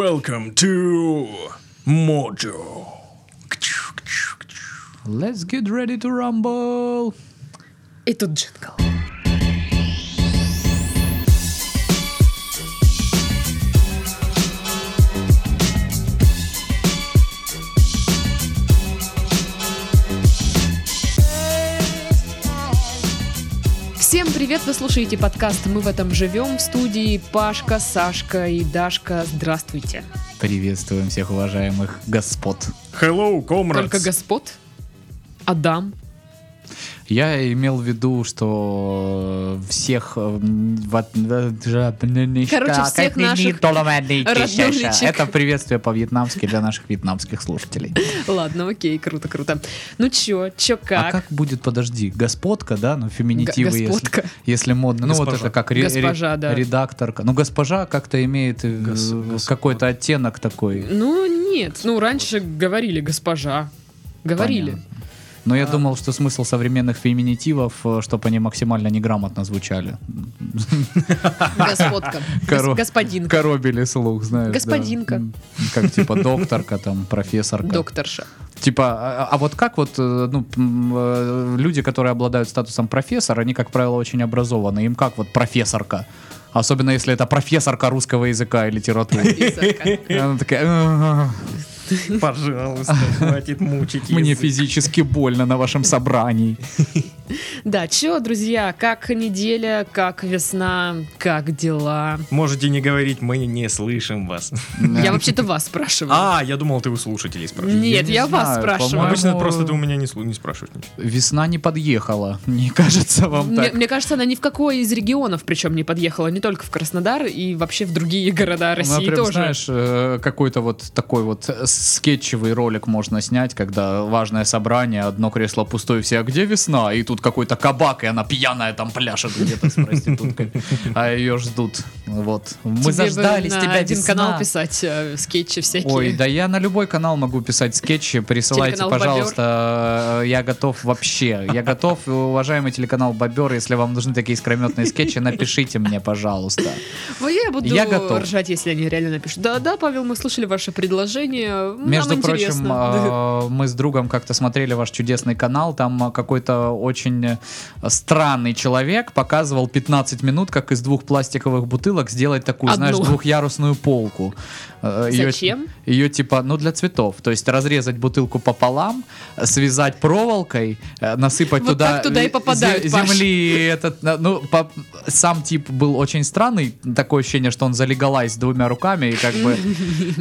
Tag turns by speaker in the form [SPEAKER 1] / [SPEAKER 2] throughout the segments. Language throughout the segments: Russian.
[SPEAKER 1] Welcome to Mojo.
[SPEAKER 2] Let's get ready to rumble.
[SPEAKER 3] И тут джингл. Всем привет! Вы слушаете подкаст «Мы в этом живем» в студии Пашка, Сашка и Дашка. Здравствуйте!
[SPEAKER 2] Приветствуем всех уважаемых господ.
[SPEAKER 1] Hello, comrades.
[SPEAKER 3] Только господ, Адам,
[SPEAKER 2] Я имел в виду, что всех... м, в-
[SPEAKER 3] Короче, всех наших роднуличек.
[SPEAKER 2] Это приветствие по-вьетнамски для наших вьетнамских слушателей.
[SPEAKER 3] Ладно, окей, круто, круто. Ну чё, чё
[SPEAKER 2] А
[SPEAKER 3] как?
[SPEAKER 2] как будет, подожди, господка, да? Ну, феминитивы,
[SPEAKER 3] Г-
[SPEAKER 2] если-
[SPEAKER 3] господка.
[SPEAKER 2] если модно. Ну, вот
[SPEAKER 1] Госпожа.
[SPEAKER 2] это как ре- ре-
[SPEAKER 3] Госпожа, да.
[SPEAKER 2] редакторка. Ну, госпожа как-то имеет э,
[SPEAKER 1] Гос- господ.
[SPEAKER 2] какой-то оттенок такой.
[SPEAKER 3] Ну нет, ну раньше говорили госпожа. Говорили.
[SPEAKER 2] Понятно. Но
[SPEAKER 3] А.
[SPEAKER 2] я думал, что смысл современных феминитивов, чтобы они максимально неграмотно звучали.
[SPEAKER 3] Господка.
[SPEAKER 2] Коро-
[SPEAKER 3] Гос- Господин.
[SPEAKER 2] Коробили слух, знаешь. да.
[SPEAKER 3] Господинка.
[SPEAKER 2] М, Как типа докторка, там, профессорка.
[SPEAKER 3] Докторша.
[SPEAKER 2] Типа, а, а вот как вот, э, ну, м, э, люди, которые обладают статусом профессор, они, как правило, очень образованы. Им как вот профессорка? Особенно если это профессорка русского языка и литературы.
[SPEAKER 3] Писарка.
[SPEAKER 2] И Она такая, «Ах,
[SPEAKER 1] Пожалуйста, хватит мучить
[SPEAKER 2] мне
[SPEAKER 1] язык.
[SPEAKER 2] физически больно на вашем собрании.
[SPEAKER 3] Да, чё, друзья, как неделя, как весна, как дела?
[SPEAKER 1] Можете не говорить, мы не слышим вас.
[SPEAKER 3] Я вообще-то вас спрашиваю.
[SPEAKER 1] А, я думал, ты у слушателей спрашиваешь. Ну,
[SPEAKER 3] Нет,
[SPEAKER 2] не
[SPEAKER 3] я вас
[SPEAKER 2] знаю,
[SPEAKER 3] спрашиваю.
[SPEAKER 1] Обычно
[SPEAKER 2] По-моему,
[SPEAKER 1] просто ты у меня не, слу- не спрашиваешь ничего.
[SPEAKER 2] Весна не подъехала, не кажется вам
[SPEAKER 3] Мне,
[SPEAKER 2] так? Ну,
[SPEAKER 3] мне кажется, она ни ну, в какой из регионов причем не подъехала, не только в Краснодар и вообще в другие города
[SPEAKER 2] Ну,
[SPEAKER 3] России
[SPEAKER 2] прям,
[SPEAKER 3] тоже.
[SPEAKER 2] знаешь, э, какой-то вот такой вот э, скетчевый ролик можно снять, когда важное собрание, одно кресло пустое, все, а где весна? И тут какой-то кабак, и она пьяная там пляшет где-то с проституткой, а ее ждут. Вот. Мы
[SPEAKER 3] Тебе бы
[SPEAKER 2] заждались
[SPEAKER 3] на
[SPEAKER 2] тебя,
[SPEAKER 3] один
[SPEAKER 2] весна.
[SPEAKER 3] канал писать э, скетчи всякие.
[SPEAKER 2] Ой, да я на любой канал могу писать скетчи, присылайте,
[SPEAKER 3] Телеканал
[SPEAKER 2] пожалуйста, э, я готов вообще, я готов, э, уважаемый телеканал Бобер, если вам нужны такие искрометные скетчи, напишите мне, пожалуйста.
[SPEAKER 3] Ну, я буду
[SPEAKER 2] Я готов.
[SPEAKER 3] ржать, если они реально напишут. Да, да, Павел, мы слышали ваше предложение. Нам
[SPEAKER 2] Между прочим,
[SPEAKER 3] интересно.
[SPEAKER 2] э, мы с другом как-то смотрели ваш чудесный канал. Там э, какой-то очень э, странный человек показывал 15 минут, как из двух пластиковых бутылок сделать такую,
[SPEAKER 3] Одну.
[SPEAKER 2] знаешь, двухъярусную полку. Э, её-
[SPEAKER 3] Зачем?
[SPEAKER 2] Ее типа, ну, для цветов. То есть разрезать бутылку пополам, э, связать проволокой, э, насыпать
[SPEAKER 3] Вот
[SPEAKER 2] туда,
[SPEAKER 3] так туда и
[SPEAKER 2] зе-
[SPEAKER 3] попадают, Паш.
[SPEAKER 2] земли. И этот, на- ну, по- сам тип был очень странный. Такое ощущение, что он залегалась двумя руками и как бы...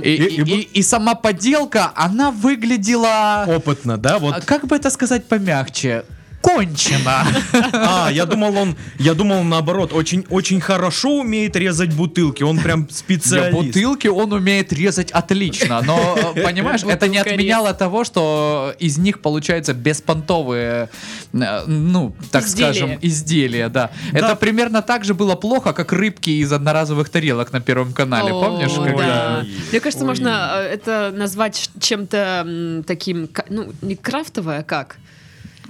[SPEAKER 2] И, и- и- и сама поделка, она выглядела...
[SPEAKER 1] Опытно, да?
[SPEAKER 2] а
[SPEAKER 1] Вот.
[SPEAKER 2] Как бы это сказать помягче? Кончено.
[SPEAKER 1] А, я думал, он, я думал наоборот, очень, очень хорошо умеет резать бутылки. Он прям
[SPEAKER 2] Для
[SPEAKER 1] специалист.
[SPEAKER 2] бутылки он умеет резать отлично, но, э, понимаешь, это не
[SPEAKER 3] Бутылка
[SPEAKER 2] отменяло того, что из них получаются беспонтовые, э, ну, так
[SPEAKER 3] Изделия.
[SPEAKER 2] скажем, изделия, да. Это примерно так же было плохо, как рыбки из одноразовых тарелок на Первом канале,
[SPEAKER 3] О,
[SPEAKER 2] помнишь?
[SPEAKER 3] да.
[SPEAKER 2] когда-
[SPEAKER 3] Мне кажется,
[SPEAKER 1] Ой.
[SPEAKER 3] можно э, это назвать ш- чем-то м, таким, ка- ну, не крафтовое, а как?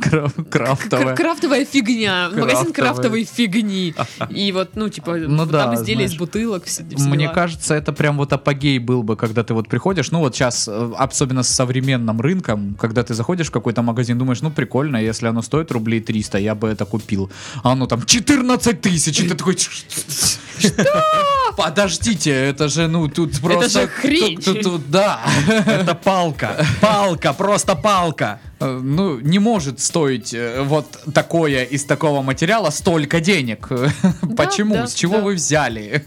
[SPEAKER 2] Кра-
[SPEAKER 3] Кра-
[SPEAKER 2] Крафтовая.
[SPEAKER 3] Крафтовая фигня. Магазин
[SPEAKER 2] Крафтовая.
[SPEAKER 3] крафтовой фигни. И вот, ну, типа,
[SPEAKER 2] Ну
[SPEAKER 3] вот
[SPEAKER 2] да,
[SPEAKER 3] там изделия из
[SPEAKER 2] знаешь,
[SPEAKER 3] бутылок. все- все
[SPEAKER 2] Мне
[SPEAKER 3] дела.
[SPEAKER 2] кажется, это прям вот апогей был бы, когда ты вот приходишь, ну вот сейчас, особенно с современным рынком, когда ты заходишь в какой-то магазин, думаешь, ну прикольно, если оно стоит рублей 300, я бы это купил. А оно там 14 тысяч, и ты такой... Что? Подождите, это же, ну, тут просто...
[SPEAKER 3] же хрень.
[SPEAKER 2] тут- тут- тут- Да.
[SPEAKER 1] Это палка. Палка, просто палка.
[SPEAKER 2] Э, Ну, не может стоить э, вот такое из такого материала столько денег. Почему?
[SPEAKER 3] да,
[SPEAKER 2] С чего
[SPEAKER 3] да.
[SPEAKER 2] вы взяли?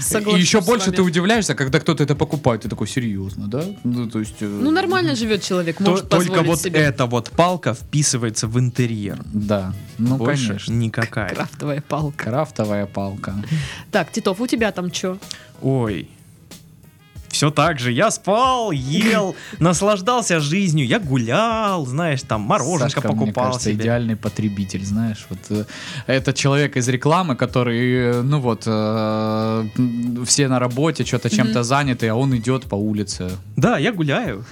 [SPEAKER 3] Согласна
[SPEAKER 2] и еще
[SPEAKER 3] с
[SPEAKER 2] больше
[SPEAKER 3] вами.
[SPEAKER 2] ты удивляешься, когда кто-то это покупает. Ты такой, серьезно, да? Ну, то есть... э,
[SPEAKER 3] Ну, нормально живет человек,
[SPEAKER 1] То-
[SPEAKER 3] может
[SPEAKER 1] только
[SPEAKER 3] позволить
[SPEAKER 1] вот
[SPEAKER 3] себе.
[SPEAKER 1] эта вот палка вписывается в интерьер.
[SPEAKER 2] Да, ну,
[SPEAKER 1] Больше
[SPEAKER 2] конечно.
[SPEAKER 1] никакая.
[SPEAKER 3] Крафтовая палка.
[SPEAKER 2] Крафтовая палка.
[SPEAKER 3] Так, Титов, у тебя там что?
[SPEAKER 1] Ой. Все так же. Я спал, ел, наслаждался жизнью. Я гулял, знаешь, там мороженка
[SPEAKER 2] Сашка,
[SPEAKER 1] покупал
[SPEAKER 2] мне кажется,
[SPEAKER 1] себе.
[SPEAKER 2] идеальный потребитель, знаешь. Вот э, это человек из рекламы, который, э, ну вот, э, м, все на работе, что-то чем-то заняты, а он идет по улице.
[SPEAKER 1] Да, я гуляю.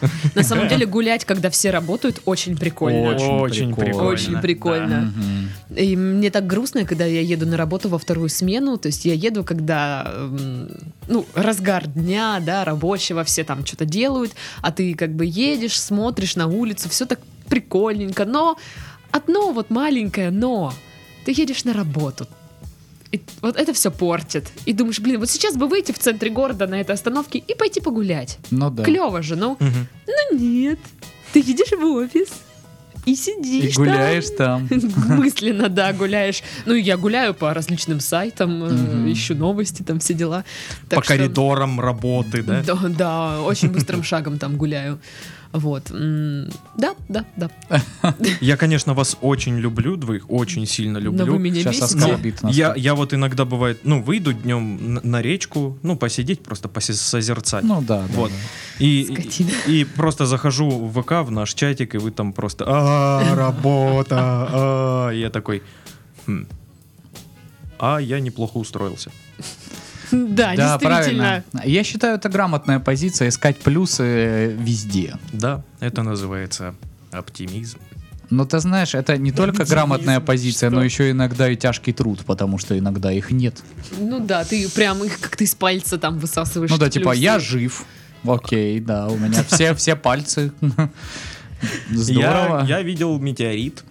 [SPEAKER 3] На самом деле гулять, когда все работают, очень прикольно.
[SPEAKER 2] Очень
[SPEAKER 1] Очень
[SPEAKER 2] прикольно.
[SPEAKER 1] прикольно.
[SPEAKER 3] Очень прикольно.
[SPEAKER 2] Мгм.
[SPEAKER 3] И мне так грустно, когда я еду на работу во вторую смену. То есть я еду, когда м, ну, разгар дня, да, рабочего, все там что-то делают, а ты как бы едешь, смотришь на улицу, все так прикольненько, но одно вот маленькое но. Ты едешь на работу. И вот это все портит. И думаешь, блин, вот сейчас бы выйти в центре города на этой остановке и пойти погулять.
[SPEAKER 2] Ну да.
[SPEAKER 3] Клево же, ну.
[SPEAKER 1] Мгм.
[SPEAKER 3] Ну нет. Ты едешь в офис и
[SPEAKER 2] И
[SPEAKER 3] сидишь там.
[SPEAKER 2] гуляешь там.
[SPEAKER 3] Мысленно, да, гуляешь. Ну, и я гуляю по различным сайтам, э,
[SPEAKER 2] Мгм.
[SPEAKER 3] ищу новости, там все дела. Так
[SPEAKER 1] По
[SPEAKER 3] что-
[SPEAKER 1] коридорам работы, да?
[SPEAKER 3] Да, да, очень быстрым шагом там гуляю. Вот. М, Да, да, да.
[SPEAKER 1] Я, конечно, вас очень люблю, двоих очень сильно
[SPEAKER 3] Но вы
[SPEAKER 1] люблю.
[SPEAKER 3] меня
[SPEAKER 2] Сейчас
[SPEAKER 3] бесите.
[SPEAKER 2] оскорбит нас.
[SPEAKER 1] Я, я вот иногда бывает, ну, выйду днем на, на речку, ну, посидеть, просто посозерцать.
[SPEAKER 2] Ну да, да,
[SPEAKER 1] Вот.
[SPEAKER 2] да.
[SPEAKER 1] И,
[SPEAKER 3] Скотина.
[SPEAKER 1] и, и просто захожу в ВК, в наш чатик, и вы там просто «А, работа!» а». И я такой «Хм. А я неплохо устроился.
[SPEAKER 3] Да,
[SPEAKER 2] Да, правильно.
[SPEAKER 3] действительно.
[SPEAKER 2] Я считаю, это грамотная позиция искать плюсы э, везде.
[SPEAKER 1] Да, это называется оптимизм.
[SPEAKER 2] Но ты знаешь, это не только
[SPEAKER 1] Оптимизм,
[SPEAKER 2] грамотная позиция,
[SPEAKER 1] что?
[SPEAKER 2] но еще иногда и тяжкий труд, потому что иногда их нет.
[SPEAKER 3] Ну да, ты прям их как-то из пальца там высасываешь.
[SPEAKER 2] Ну да,
[SPEAKER 3] эти
[SPEAKER 2] типа,
[SPEAKER 3] плюсы.
[SPEAKER 2] я жив. Окей, да, у меня все, все пальцы. Здорово.
[SPEAKER 1] Я, я видел метеорит.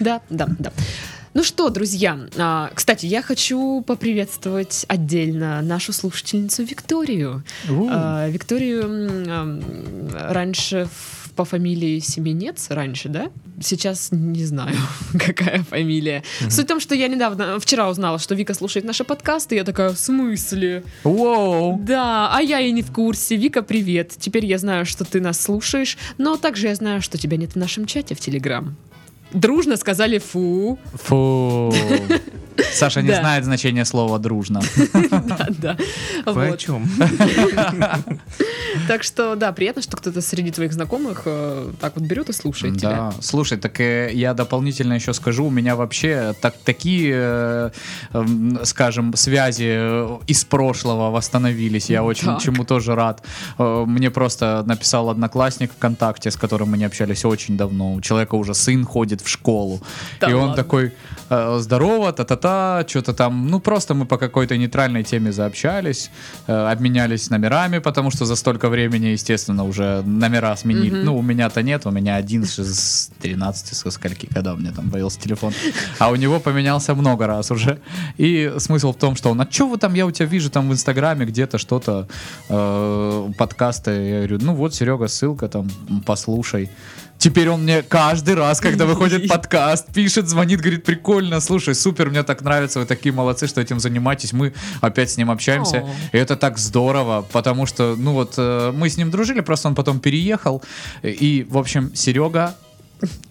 [SPEAKER 3] Да, да, да. Ну что, друзья, а, кстати, я хочу поприветствовать отдельно нашу слушательницу Викторию.
[SPEAKER 2] У.
[SPEAKER 3] А, Викторию м, ам, раньше в- по фамилии Семенец, раньше, да? Сейчас не знаю, какая фамилия. Суть в том, что я недавно, вчера узнала, что Вика слушает наши подкасты, и я такая, в смысле?
[SPEAKER 2] Воу.
[SPEAKER 3] Да, а я и не в курсе. Вика, привет. Теперь я знаю, что ты нас слушаешь, но также я знаю, что тебя нет в нашем чате в Телеграм. Дружно сказали фу.
[SPEAKER 2] Фу. Саша не
[SPEAKER 3] Да.
[SPEAKER 2] знает значения слова дружно.
[SPEAKER 3] Да, да.
[SPEAKER 1] Вы о
[SPEAKER 3] Вот.
[SPEAKER 1] чем?
[SPEAKER 3] Так что, да, приятно, что кто-то среди твоих знакомых э, так вот берет и слушает тебя.
[SPEAKER 2] Да, слушай, так э, я дополнительно еще скажу, у меня вообще так, такие, э, эм, скажем, связи э, из прошлого восстановились, я очень
[SPEAKER 3] Так.
[SPEAKER 2] чему тоже рад. Э, Мне просто написал одноклассник ВКонтакте, с которым мы не общались очень давно, у человека уже сын ходит в школу,
[SPEAKER 3] Да
[SPEAKER 2] и он
[SPEAKER 3] ладно?
[SPEAKER 2] такой, э, здорово, та-та-та, что-то там, ну просто мы по какой-то нейтральной теме заобщались, э, обменялись номерами, потому что за столько времени, естественно, уже номера сменили.
[SPEAKER 3] Мгм.
[SPEAKER 2] Ну, у меня-то нет, у меня один с 13, со скольки, когда у меня там появился телефон. А у него поменялся много раз уже. И смысл в том, что он, а что вы там, я у тебя вижу там в Инстаграме где-то что-то, э, подкасты. Я говорю, ну вот, Серега, ссылка там, м, послушай. Теперь он мне каждый раз, когда выходит подкаст, пишет, звонит, говорит, прикольно, слушай, супер, мне так нравится, вы такие молодцы, что этим занимаетесь, мы опять с ним общаемся.
[SPEAKER 3] О.
[SPEAKER 2] И это так здорово, потому что, ну вот, э, мы с ним дружили, просто он потом переехал. И, в общем, Серега,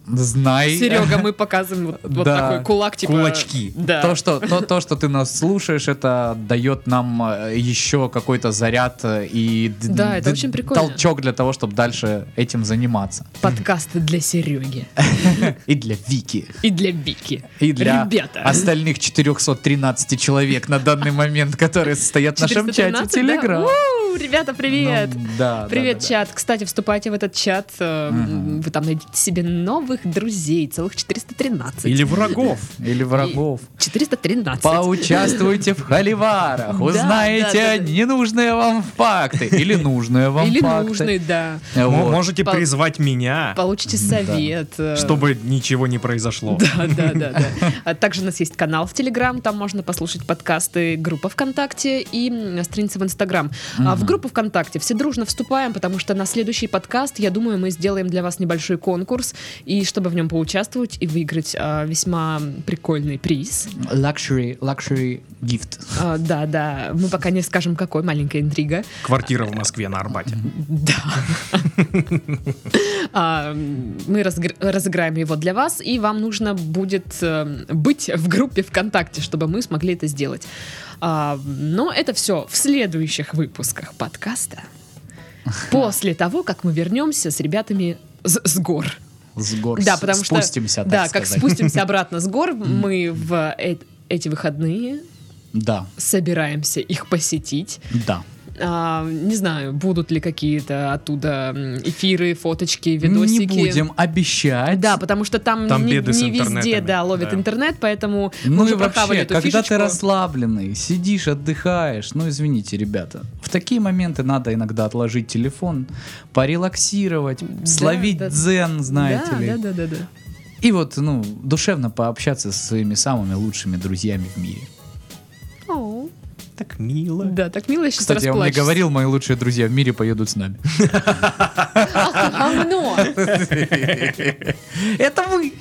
[SPEAKER 2] знай.
[SPEAKER 3] Серега, мы показываем вот, вот
[SPEAKER 2] Да.
[SPEAKER 3] такой кулак, типа...
[SPEAKER 1] Кулачки.
[SPEAKER 3] Да.
[SPEAKER 2] То что, то, то, что ты нас слушаешь, это дает нам э, еще какой-то заряд э, и д-
[SPEAKER 3] Да, это
[SPEAKER 2] д-
[SPEAKER 3] очень прикольно.
[SPEAKER 2] толчок для того, чтобы дальше этим заниматься.
[SPEAKER 3] Подкасты для Сереги
[SPEAKER 2] И для Вики,
[SPEAKER 3] и для Вики.
[SPEAKER 2] и для А
[SPEAKER 3] Ребята.
[SPEAKER 2] остальных 413 человек на данный момент, которые стоят в нашем чате
[SPEAKER 3] 413, да?
[SPEAKER 2] Телеграм.
[SPEAKER 3] Уу, Ребята, привет!
[SPEAKER 2] Ну, да,
[SPEAKER 3] Привет,
[SPEAKER 2] да, да, да.
[SPEAKER 3] чат. Кстати, вступайте в этот чат. э,
[SPEAKER 2] Мгм.
[SPEAKER 3] Вы там найдете себе новых друзей, целых 413.
[SPEAKER 1] Или врагов.
[SPEAKER 2] Или врагов.
[SPEAKER 3] 413.
[SPEAKER 2] Поучаствуйте в холиварах,
[SPEAKER 3] Да,
[SPEAKER 2] узнаете
[SPEAKER 3] да, да, да.
[SPEAKER 2] ненужные вам факты или нужные вам
[SPEAKER 3] Или
[SPEAKER 2] факты.
[SPEAKER 3] нужный, да.
[SPEAKER 2] Вот.
[SPEAKER 1] М- Можете
[SPEAKER 3] Пол-
[SPEAKER 1] призвать меня,
[SPEAKER 3] Получите совет. э,
[SPEAKER 1] чтобы ничего не произошло.
[SPEAKER 3] Да, да, да, да. А Также у нас есть канал в Телеграм, там можно послушать подкасты, группа ВКонтакте и м, страница в Инстаграм. А В
[SPEAKER 2] Мгм.
[SPEAKER 3] группу ВКонтакте все дружно вступаем, потому что на следующий подкаст, я думаю, мы сделаем для вас небольшой конкурс, и чтобы в нем поучаствовать и выиграть а, весьма прикольный приз.
[SPEAKER 2] Luxury, luxury gift.
[SPEAKER 3] А, Да, да, мы пока не скажем, какой, маленькая интрига.
[SPEAKER 1] Квартира в Москве на Арбате.
[SPEAKER 3] Да. А, м, Мы разгр- разыграем его для вас, и вам нужно будет э, быть в группе ВКонтакте, чтобы мы смогли это сделать. А, Но это все в следующих выпусках подкаста. После того, как мы вернемся с ребятами с, с гор.
[SPEAKER 2] С гор
[SPEAKER 3] Да,
[SPEAKER 2] с-
[SPEAKER 3] потому что-
[SPEAKER 2] спустимся, так
[SPEAKER 3] да, как
[SPEAKER 2] сказать.
[SPEAKER 3] спустимся обратно с гор, мы в э- эти выходные
[SPEAKER 2] Да,
[SPEAKER 3] собираемся их посетить.
[SPEAKER 2] да.
[SPEAKER 3] А, не знаю, будут ли какие-то оттуда м, эфиры, фоточки,
[SPEAKER 2] Не
[SPEAKER 3] видосики.
[SPEAKER 2] будем обещать.
[SPEAKER 3] Да, потому что там,
[SPEAKER 1] Там
[SPEAKER 3] не,
[SPEAKER 1] беды с
[SPEAKER 3] не везде
[SPEAKER 1] интернетами.
[SPEAKER 3] да, ловит
[SPEAKER 1] Да.
[SPEAKER 3] интернет, поэтому мы
[SPEAKER 2] Ну и
[SPEAKER 3] уже прохавали
[SPEAKER 2] вообще,
[SPEAKER 3] эту
[SPEAKER 2] когда
[SPEAKER 3] фишечку.
[SPEAKER 2] ты расслабленный, сидишь, отдыхаешь, ну извините, ребята, в такие моменты надо иногда отложить телефон, порелаксировать,
[SPEAKER 3] Да,
[SPEAKER 2] словить
[SPEAKER 3] да.
[SPEAKER 2] дзен, знаете
[SPEAKER 3] да,
[SPEAKER 2] ли.
[SPEAKER 3] Да, да, да, да.
[SPEAKER 2] И вот, ну, душевно пообщаться со своими самыми лучшими друзьями в мире.
[SPEAKER 3] Оу.
[SPEAKER 1] Так мило.
[SPEAKER 3] Да, так мило, я сейчас
[SPEAKER 2] Кстати, он мне
[SPEAKER 3] расплачусь.
[SPEAKER 2] говорил, мои лучшие друзья в мире поедут с нами.
[SPEAKER 3] Ах, ты говно!
[SPEAKER 2] Это вы!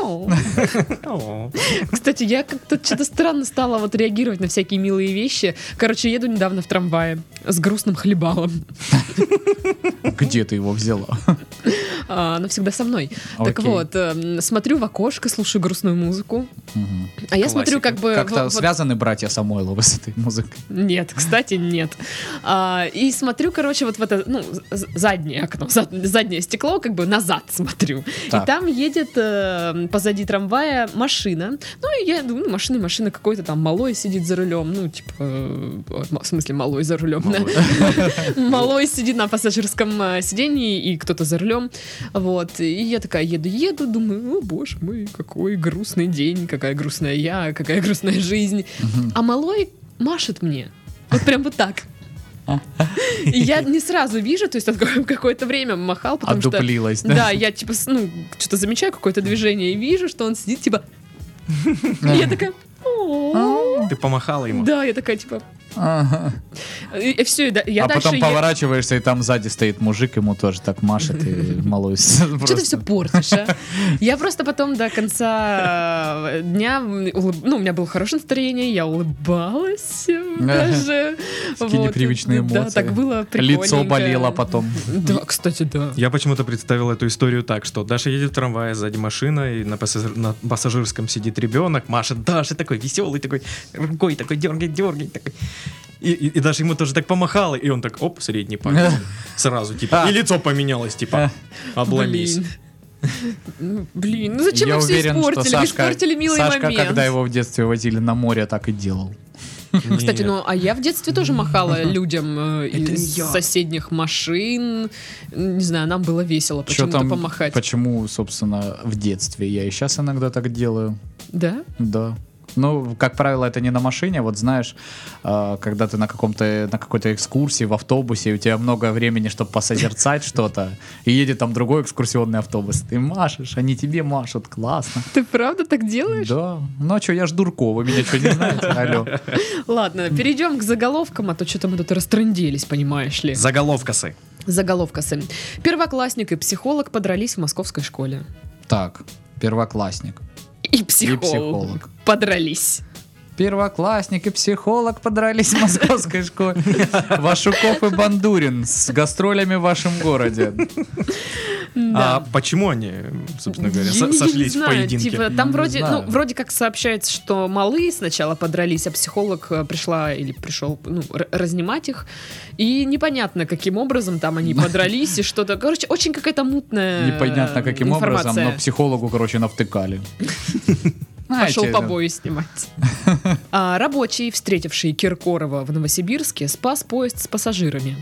[SPEAKER 3] Оу.
[SPEAKER 1] О.
[SPEAKER 3] Кстати, я как-то что-то странно стала вот реагировать на всякие милые вещи. Короче, еду недавно в трамвае с грустным хлебалом.
[SPEAKER 2] Где ты его взяла?
[SPEAKER 3] А, Она всегда со мной. Так
[SPEAKER 2] Окей.
[SPEAKER 3] вот, эм, смотрю в окошко, слушаю грустную музыку.
[SPEAKER 2] Мгм.
[SPEAKER 3] А я смотрю,
[SPEAKER 1] Классика.
[SPEAKER 3] как бы...
[SPEAKER 2] Как-то
[SPEAKER 3] вот- вот-
[SPEAKER 2] связаны братья Самойловы с этой музыкой.
[SPEAKER 3] Нет, кстати, нет. А, и смотрю, короче, вот в это, ну, з- заднее окно, зад- заднее стекло, как бы назад смотрю.
[SPEAKER 2] Так.
[SPEAKER 3] И там едет э, позади трамвая машина. Ну, и я думаю, ну, машина, машина какой-то там малой сидит за рулем. Ну, типа, э, в смысле, малой за рулем.
[SPEAKER 1] Малой.
[SPEAKER 3] Малой сидит на пассажирском э, сидении, и кто-то за рулем. Вот. И я такая еду-еду, думаю, о боже мой, какой грустный день, какая грустная я, какая грустная жизнь. А малой машет мне. Вот прям вот так.
[SPEAKER 2] А.
[SPEAKER 3] И я не сразу вижу, то есть он какое-то время махал, потому что...
[SPEAKER 2] Отдуплилась, А да?
[SPEAKER 3] Да, я типа, с- ну, что-то замечаю какое-то движение и вижу, что он сидит, типа... И я такая... «О-о-о».
[SPEAKER 1] Ты помахала ему.
[SPEAKER 3] Да, я такая, типа...
[SPEAKER 2] Ага.
[SPEAKER 3] И, все, я
[SPEAKER 2] а
[SPEAKER 3] дальше...
[SPEAKER 2] потом
[SPEAKER 3] е-
[SPEAKER 2] поворачиваешься, и там сзади стоит мужик, ему тоже так машет и малой.
[SPEAKER 3] Что ты все портишь, а? Я просто потом до конца э, дня, м, улыб- ну, у меня было хорошее настроение, я улыбалась э, даже.
[SPEAKER 2] Такие
[SPEAKER 3] Вот.
[SPEAKER 2] непривычные
[SPEAKER 3] Да,
[SPEAKER 2] эмоции.
[SPEAKER 3] так было прикольно.
[SPEAKER 2] Лицо болело а потом.
[SPEAKER 3] Да, кстати, да.
[SPEAKER 1] Я почему-то представил эту историю так, что Даша едет в трамвае, сзади машина, и на, пассажир- на пассажирском сидит ребенок, машет Даша такой веселый, такой рукой такой дергает, дергает, такой. И, и, и Даша ему тоже так помахала, и он так, оп, средний палец. Сразу, типа,
[SPEAKER 2] А. Э.
[SPEAKER 1] и лицо поменялось, типа, обломись.
[SPEAKER 3] Блин. Ну, Блин, ну зачем
[SPEAKER 2] Я
[SPEAKER 3] вы все
[SPEAKER 2] уверен, что
[SPEAKER 3] испортили? Вы
[SPEAKER 2] Сашка,
[SPEAKER 3] испортили милый
[SPEAKER 2] Сашка,
[SPEAKER 3] момент.
[SPEAKER 2] когда его в детстве возили на море, так и делал.
[SPEAKER 3] Кстати,
[SPEAKER 1] Нет.
[SPEAKER 3] ну, а я в детстве тоже махала людям э,
[SPEAKER 1] Это
[SPEAKER 3] из
[SPEAKER 1] не я.
[SPEAKER 3] соседних машин. Не знаю, нам было весело
[SPEAKER 2] Чё
[SPEAKER 3] почему-то помахать.
[SPEAKER 2] Почему, собственно, в детстве? Я и сейчас иногда так делаю.
[SPEAKER 3] Да?
[SPEAKER 2] Да. Ну, как правило, это не на машине. Вот знаешь, а, когда ты на каком-то на какой-то экскурсии в автобусе, и у тебя много времени, чтобы посозерцать что-то, и едет там другой экскурсионный автобус, ты машешь, они тебе машут, классно.
[SPEAKER 3] Ты правда так делаешь?
[SPEAKER 2] Да. Ну а что, я ж Дурко, вы меня что, не знаете? Алло.
[SPEAKER 3] Ладно, перейдем к заголовкам, а то что-то мы тут растрындились, понимаешь ли.
[SPEAKER 1] Заголовкасы.
[SPEAKER 3] Заголовка Сэм. Первоклассник и психолог подрались в московской школе.
[SPEAKER 2] Так, первоклассник.
[SPEAKER 3] И психолог.
[SPEAKER 2] психолог.
[SPEAKER 3] Подрались.
[SPEAKER 2] Первоклассник и психолог подрались в московской школе. Вашуков и Бандурин с гастролями в вашем городе.
[SPEAKER 1] А почему они, собственно говоря,
[SPEAKER 3] Я
[SPEAKER 1] со-
[SPEAKER 3] не
[SPEAKER 1] сошлись в
[SPEAKER 3] знаю,
[SPEAKER 1] поединке?
[SPEAKER 3] типа, там
[SPEAKER 2] Не
[SPEAKER 3] вроде,
[SPEAKER 2] знаю.
[SPEAKER 3] ну, вроде как сообщается, что малые сначала подрались, а психолог э, пришла или пришел ну, р- разнимать их. И непонятно, каким образом там они подрались и что-то. Короче, очень какая-то мутная
[SPEAKER 2] Непонятно
[SPEAKER 3] э,
[SPEAKER 2] каким
[SPEAKER 3] информация.
[SPEAKER 2] образом, но психологу, короче, навтыкали.
[SPEAKER 3] Пошел
[SPEAKER 2] Знаете,
[SPEAKER 3] побои снимать. А, рабочий, встретивший Киркорова в Новосибирске, спас поезд с пассажирами.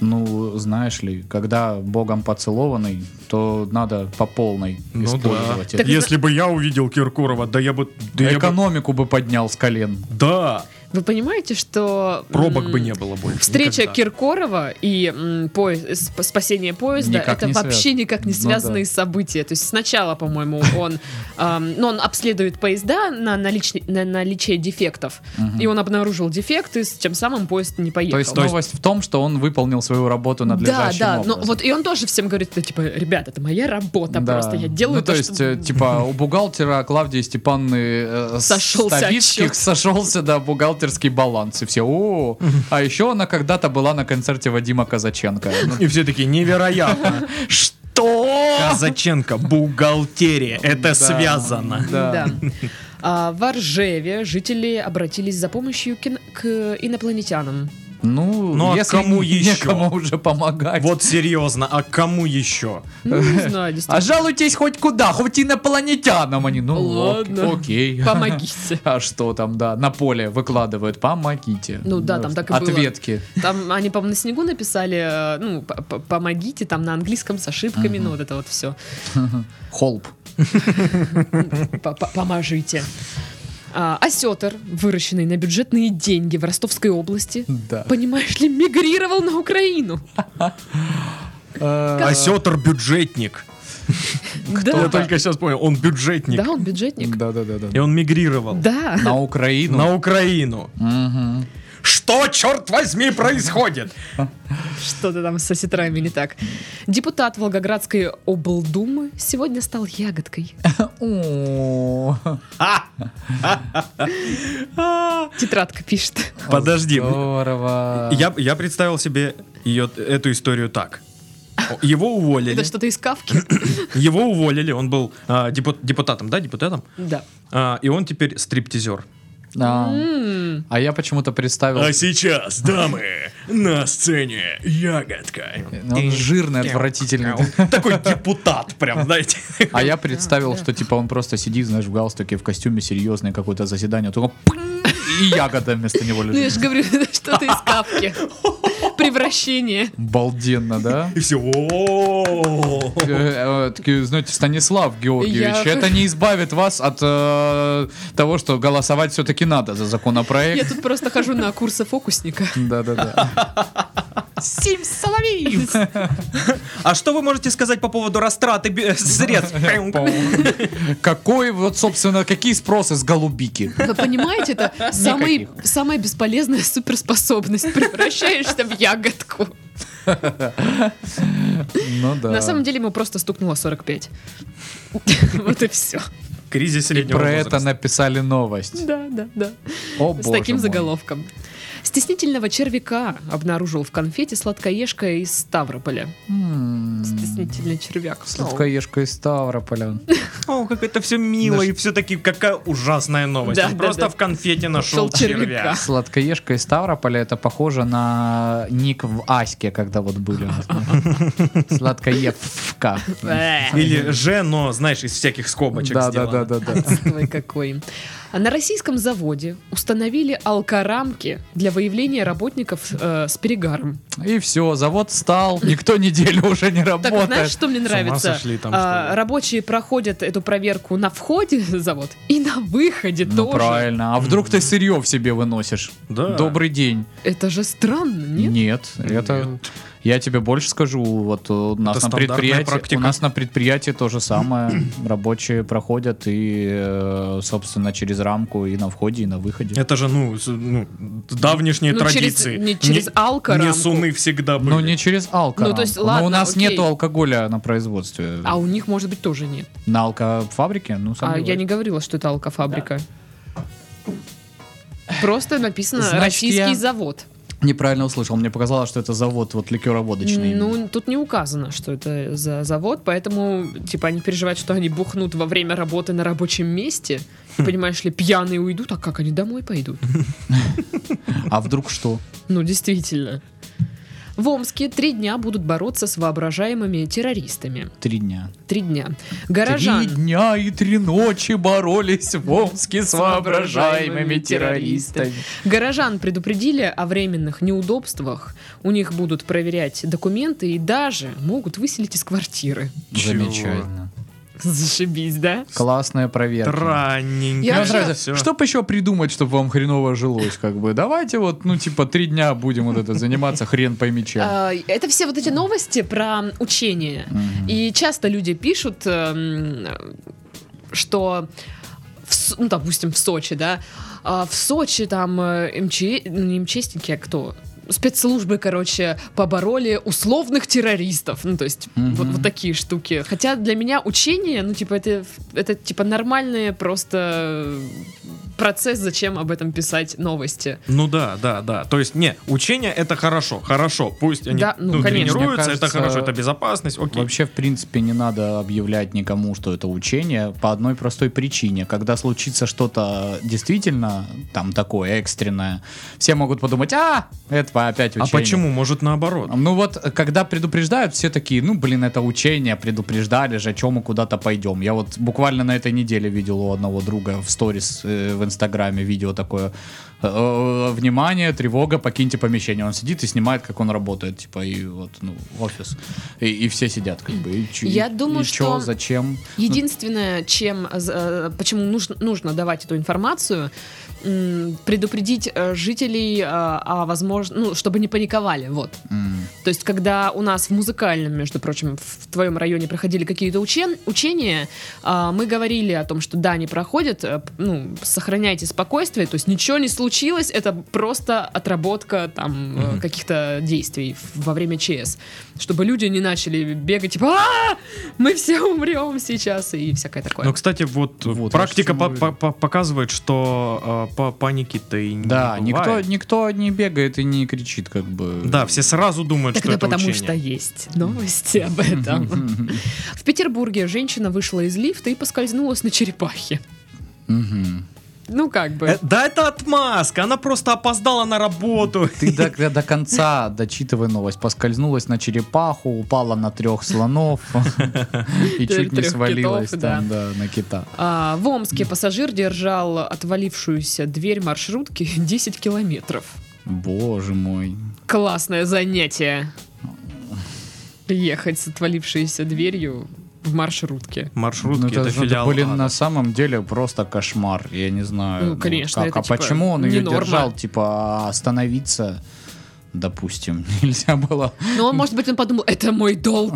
[SPEAKER 2] Ну, знаешь ли, когда богом поцелованный, то надо по полной
[SPEAKER 1] Ну
[SPEAKER 2] использовать
[SPEAKER 1] да.
[SPEAKER 2] это.
[SPEAKER 1] Если бы я увидел Киркорова, да я бы... да я бы-
[SPEAKER 2] Экономику бы поднял с колен.
[SPEAKER 1] Да,
[SPEAKER 3] Вы понимаете, что... м,
[SPEAKER 1] пробок бы не было больше.
[SPEAKER 3] Встреча
[SPEAKER 1] никогда.
[SPEAKER 3] Киркорова и м, поезд- э, сп- спасение поезда
[SPEAKER 2] Никак
[SPEAKER 3] это
[SPEAKER 2] не связано.
[SPEAKER 3] вообще никак не
[SPEAKER 2] Ну
[SPEAKER 3] связанные
[SPEAKER 2] да.
[SPEAKER 3] события. То есть сначала, по-моему, он, эм, ну, он обследует поезда на, налич- на наличие дефектов, и он обнаружил дефект, и с тем самым поезд не поехал.
[SPEAKER 2] То есть новость в том, что он выполнил свою работу
[SPEAKER 3] да,
[SPEAKER 2] надлежащим
[SPEAKER 3] да, но
[SPEAKER 2] образом.
[SPEAKER 3] вот и он тоже всем говорит, это типа, ребят, это моя работа,
[SPEAKER 2] Да.
[SPEAKER 3] просто я делаю
[SPEAKER 2] ну, то,
[SPEAKER 3] то,
[SPEAKER 2] есть,
[SPEAKER 3] что
[SPEAKER 2] э, типа, у бухгалтера Клавдии Степанны э, с
[SPEAKER 3] Сошелся
[SPEAKER 2] Ставицких
[SPEAKER 3] отчет.
[SPEAKER 2] сошелся, да, бухгалтерский баланс, и все, о А еще она когда-то была на концерте Вадима Казаченко. Ну,
[SPEAKER 1] И все такие, невероятно.
[SPEAKER 2] Что?
[SPEAKER 1] Казаченко, бухгалтерия, это
[SPEAKER 2] Да,
[SPEAKER 1] связано.
[SPEAKER 2] Да.
[SPEAKER 3] Да. А, в Ржеве жители обратились за помощью кин- к инопланетянам.
[SPEAKER 2] Ну,
[SPEAKER 1] Ну, а
[SPEAKER 2] если
[SPEAKER 1] кому
[SPEAKER 2] не-
[SPEAKER 1] еще?
[SPEAKER 2] некому уже помогать.
[SPEAKER 1] Вот серьезно, а кому еще?
[SPEAKER 3] Ну, не знаю,
[SPEAKER 2] А
[SPEAKER 3] действительно.
[SPEAKER 2] жалуйтесь хоть куда, хоть инопланетянам они. Ну,
[SPEAKER 3] Ладно.
[SPEAKER 2] ок- окей.
[SPEAKER 3] Помогите.
[SPEAKER 2] А что там, да, на поле выкладывают, помогите. Э,
[SPEAKER 3] Ну да, там так и было.
[SPEAKER 2] Ответки.
[SPEAKER 3] Там они, по-моему, на снегу написали, э, ну, п- п- помогите, там на английском с ошибками, ну, вот это вот все.
[SPEAKER 2] Холп.
[SPEAKER 3] Поможите. А, осетр, выращенный на бюджетные деньги в Ростовской области,
[SPEAKER 2] Да.
[SPEAKER 3] понимаешь ли, мигрировал на Украину.
[SPEAKER 2] Э,
[SPEAKER 1] Осетр А бюджетник.
[SPEAKER 3] да.
[SPEAKER 1] Я только сейчас понял, он бюджетник.
[SPEAKER 3] да, он бюджетник.
[SPEAKER 2] Да, да, да, да.
[SPEAKER 1] И он мигрировал
[SPEAKER 3] Да.
[SPEAKER 2] На Украину.
[SPEAKER 1] на Украину.
[SPEAKER 2] Мгм.
[SPEAKER 1] Что, черт возьми, происходит?
[SPEAKER 3] Что-то там со сетрами не так. Депутат Волгоградской облдумы сегодня стал ягодкой.
[SPEAKER 2] О.
[SPEAKER 1] А.
[SPEAKER 3] Тетрадка пишет.
[SPEAKER 1] Подожди,
[SPEAKER 2] Здорово.
[SPEAKER 1] Я, я представил себе ее, эту историю так. О, Его уволили.
[SPEAKER 3] Это что-то из кавки?
[SPEAKER 1] Его уволили, он был а, депу- депутатом, да, депутатом?
[SPEAKER 3] Да.
[SPEAKER 1] А, и он теперь стриптизер.
[SPEAKER 2] А,
[SPEAKER 3] М,
[SPEAKER 2] а я почему-то представил...
[SPEAKER 1] А сейчас, дамы, на сцене ягодка.
[SPEAKER 2] Он жирный, отвратительный.
[SPEAKER 1] Такой депутат, прям, знаете.
[SPEAKER 2] А я представил, что типа он просто сидит, знаешь, в галстуке, в костюме серьезное какое-то заседание, только пынь, и ягода вместо него
[SPEAKER 3] Ну я
[SPEAKER 2] лежит.
[SPEAKER 3] же говорю, это что-то из кавки. Превращение.
[SPEAKER 2] Обалденно, да?
[SPEAKER 1] И все. «О-о-о».
[SPEAKER 2] Э, э, Такие, знаете, Станислав Георгиевич,
[SPEAKER 3] Я-
[SPEAKER 2] это не избавит вас от э, того, что голосовать все-таки надо за
[SPEAKER 3] Я
[SPEAKER 2] законопроект.
[SPEAKER 3] тут просто хожу на курсы фокусника.
[SPEAKER 2] Да-да-да.
[SPEAKER 3] Семь соловей!
[SPEAKER 1] А что вы можете сказать по поводу растраты бе- средств?
[SPEAKER 2] Какой, вот, собственно, какие спросы с голубики?
[SPEAKER 3] Вы понимаете, это самый- самая бесполезная суперспособность. Превращаешься в ягодку.
[SPEAKER 2] Ну да.
[SPEAKER 3] На самом деле ему просто стукнуло 45. Вот и все.
[SPEAKER 1] Кризис среднего
[SPEAKER 2] Про это
[SPEAKER 1] возраста.
[SPEAKER 2] написали новость.
[SPEAKER 3] Да, да, да.
[SPEAKER 2] О,
[SPEAKER 3] С
[SPEAKER 2] боже
[SPEAKER 3] таким
[SPEAKER 2] мой.
[SPEAKER 3] заголовком. Стеснительного червяка обнаружил в конфете сладкоежка из Ставрополя.
[SPEAKER 2] М,
[SPEAKER 3] Стеснительный червяк.
[SPEAKER 2] Сладкоежка из Ставрополя.
[SPEAKER 1] О, как это все мило,
[SPEAKER 2] Наш-
[SPEAKER 1] и все-таки какая ужасная новость.
[SPEAKER 3] Да,
[SPEAKER 1] Он
[SPEAKER 3] да,
[SPEAKER 1] просто
[SPEAKER 3] да.
[SPEAKER 1] в конфете нашел
[SPEAKER 3] Нашел червяка.
[SPEAKER 1] червя.
[SPEAKER 2] Сладкоежка из Ставрополя это похоже на ник в Аське, когда вот были. у нас. Сладкоевка.
[SPEAKER 3] Бэээ.
[SPEAKER 1] Или же, но, знаешь, из всяких скобочек
[SPEAKER 2] Да, да,
[SPEAKER 1] сделано.
[SPEAKER 2] да, да, да.
[SPEAKER 3] Отстой какой. А На российском заводе установили алкорамки для выявления работников э, с перегаром.
[SPEAKER 2] И все, завод стал, никто неделю уже не
[SPEAKER 3] Так, знаешь,
[SPEAKER 2] работает.
[SPEAKER 3] что мне
[SPEAKER 1] С ума
[SPEAKER 3] нравится?
[SPEAKER 1] сошли там,
[SPEAKER 3] А,
[SPEAKER 1] что ли?
[SPEAKER 3] рабочие проходят эту проверку на входе в завод и на выходе
[SPEAKER 2] Ну
[SPEAKER 3] тоже.
[SPEAKER 2] правильно, а вдруг ты сырье в себе выносишь?
[SPEAKER 1] Да.
[SPEAKER 2] Добрый день.
[SPEAKER 3] Это же странно, нет?
[SPEAKER 2] Нет, это я тебе больше скажу, вот у нас на
[SPEAKER 1] стандартная
[SPEAKER 2] предприятии,
[SPEAKER 1] практика.
[SPEAKER 2] у нас на предприятии то же самое, рабочие проходят и, э, собственно, через рамку и на входе и на выходе.
[SPEAKER 1] Это же, ну, с- ну, давнешние
[SPEAKER 3] Ну, через-
[SPEAKER 1] традиции.
[SPEAKER 3] не через алкорамку.
[SPEAKER 1] Не суны всегда были.
[SPEAKER 2] Ну, не через алкоголь.
[SPEAKER 3] Ну, то есть, ладно,
[SPEAKER 2] у нас
[SPEAKER 3] окей.
[SPEAKER 2] нету алкоголя на производстве.
[SPEAKER 3] А у них, может быть, тоже нет.
[SPEAKER 2] На алкофабрике? Ну,
[SPEAKER 3] А
[SPEAKER 2] сомневаюсь.
[SPEAKER 3] я не говорила, что это алкофабрика. Просто написано
[SPEAKER 2] Значит,
[SPEAKER 3] российский
[SPEAKER 2] я-
[SPEAKER 3] завод.
[SPEAKER 2] Неправильно услышал. Мне показалось, что это завод вот ликероводочный.
[SPEAKER 3] Ну, тут не указано, что это за завод, поэтому, типа, они переживают, что они бухнут во время работы на рабочем месте.
[SPEAKER 2] Хм.
[SPEAKER 3] И, Понимаешь ли, пьяные уйдут, а как они домой пойдут?
[SPEAKER 2] А вдруг что?
[SPEAKER 3] Ну, действительно. В Омске три дня будут бороться с воображаемыми террористами.
[SPEAKER 2] Три дня.
[SPEAKER 3] Три дня. Горожан.
[SPEAKER 2] Три дня и три ночи боролись в Омске с воображаемыми
[SPEAKER 3] воображаемыми
[SPEAKER 2] террористами.
[SPEAKER 3] Горожан предупредили о временных неудобствах. У них будут проверять документы и даже могут выселить из квартиры.
[SPEAKER 1] Чего?
[SPEAKER 2] Замечательно.
[SPEAKER 3] Зашибись, да?
[SPEAKER 2] Классная проверка.
[SPEAKER 1] Ранненько.
[SPEAKER 2] Мне
[SPEAKER 3] Я вообще-
[SPEAKER 2] нравится.
[SPEAKER 1] Всё.
[SPEAKER 2] Что бы еще придумать, чтобы вам хреново жилось, как бы? Давайте вот, ну, типа, три дня будем вот это заниматься, хрен пойми чем.
[SPEAKER 3] А, Это все вот эти новости про учение.
[SPEAKER 2] Мгм.
[SPEAKER 3] И часто люди пишут, эм, что, в С- ну, допустим, в Сочи, да, а, в Сочи там э, МЧ, ну, не МЧСники, а кто? Спецслужбы, короче, побороли условных террористов. Ну, то есть,
[SPEAKER 2] Мгм.
[SPEAKER 3] вот, вот такие штуки. Хотя для меня учение, ну, типа, это, это типа, нормальные просто процесс, зачем об этом писать новости.
[SPEAKER 1] Ну да, да, да. То есть, не, учение это хорошо, хорошо. Пусть они
[SPEAKER 3] Да, ну,
[SPEAKER 1] ну,
[SPEAKER 3] конечно.
[SPEAKER 1] тренируются,
[SPEAKER 2] Мне
[SPEAKER 1] это
[SPEAKER 2] кажется,
[SPEAKER 1] хорошо, это безопасность, окей.
[SPEAKER 2] Вообще, в принципе, не надо объявлять никому, что это учение, по одной простой причине. Когда случится что-то действительно там такое экстренное, все могут подумать, а, это опять
[SPEAKER 1] а
[SPEAKER 2] учение.
[SPEAKER 1] почему? Может наоборот.
[SPEAKER 3] А
[SPEAKER 2] Ну вот, когда предупреждают, все такие, ну блин, это учение, предупреждали же, чем мы куда-то пойдем. Я вот буквально на этой неделе видел у одного друга в сторис э, в инстаграме видео такое. э, Внимание, тревога, покиньте помещение. Он сидит и снимает, как он работает, типа, и вот, ну, офис. И, и все сидят, как бы, и чё,
[SPEAKER 3] Я
[SPEAKER 2] и-
[SPEAKER 3] думаю,
[SPEAKER 2] и чё,
[SPEAKER 3] что-
[SPEAKER 2] зачем?
[SPEAKER 3] Единственное, чем, э, почему нужно, нужно давать эту информацию, м, предупредить э, жителей э, о возможно, ну, чтобы не паниковали, вот.
[SPEAKER 2] М.
[SPEAKER 3] То есть, когда у нас в музыкальном, между прочим, в твоем районе проходили какие-то учен- учения, а, мы говорили о том, что да, не проходят, э, п- ну, сохраняйте спокойствие, то есть ничего не случилось, это просто отработка там э,
[SPEAKER 1] Мгм.
[SPEAKER 3] каких-то действий в- во время ЧС, чтобы люди не начали бегать, типа, «А, мы все умрем сейчас и всякое такое.
[SPEAKER 1] Ну, кстати, вот,
[SPEAKER 2] Вот,
[SPEAKER 1] практика
[SPEAKER 2] я же всё
[SPEAKER 1] по- по- по- показывает, что э, по панике-то и не
[SPEAKER 2] Да, никто,
[SPEAKER 1] бывает.
[SPEAKER 2] никто не бегает и не кричит, как бы.
[SPEAKER 1] Да, все сразу думают,
[SPEAKER 3] Тогда
[SPEAKER 1] что это
[SPEAKER 3] потому что
[SPEAKER 1] учение.
[SPEAKER 3] есть новости об этом. В Петербурге женщина вышла из лифта и поскользнулась на черепахе.
[SPEAKER 2] Мгм.
[SPEAKER 3] Ну как бы.
[SPEAKER 1] Э, да это отмазка, она просто опоздала на работу.
[SPEAKER 2] Ты до, до- до конца дочитывай новость. Поскользнулась на черепаху, упала на трех слонов и
[SPEAKER 3] Трёх
[SPEAKER 2] чуть не
[SPEAKER 3] китов,
[SPEAKER 2] свалилась там, да, на кита.
[SPEAKER 3] А, в Омске пассажир держал отвалившуюся дверь маршрутки 10 километров.
[SPEAKER 2] Боже мой.
[SPEAKER 3] Классное занятие. Ехать с отвалившейся дверью в маршрутке.
[SPEAKER 1] Маршрутки
[SPEAKER 2] Ну,
[SPEAKER 1] это,
[SPEAKER 2] это, же,
[SPEAKER 1] филиал.
[SPEAKER 2] блин,
[SPEAKER 1] ада.
[SPEAKER 2] на самом деле просто кошмар. Я не знаю.
[SPEAKER 3] Ну,
[SPEAKER 2] вот
[SPEAKER 3] конечно,
[SPEAKER 2] как.
[SPEAKER 3] это,
[SPEAKER 2] а
[SPEAKER 3] типа,
[SPEAKER 2] почему он
[SPEAKER 3] не
[SPEAKER 2] ее
[SPEAKER 3] норма.
[SPEAKER 2] держал? Типа остановиться, допустим, нельзя было.
[SPEAKER 3] Но, может быть, Ну, он подумал, это мой долг,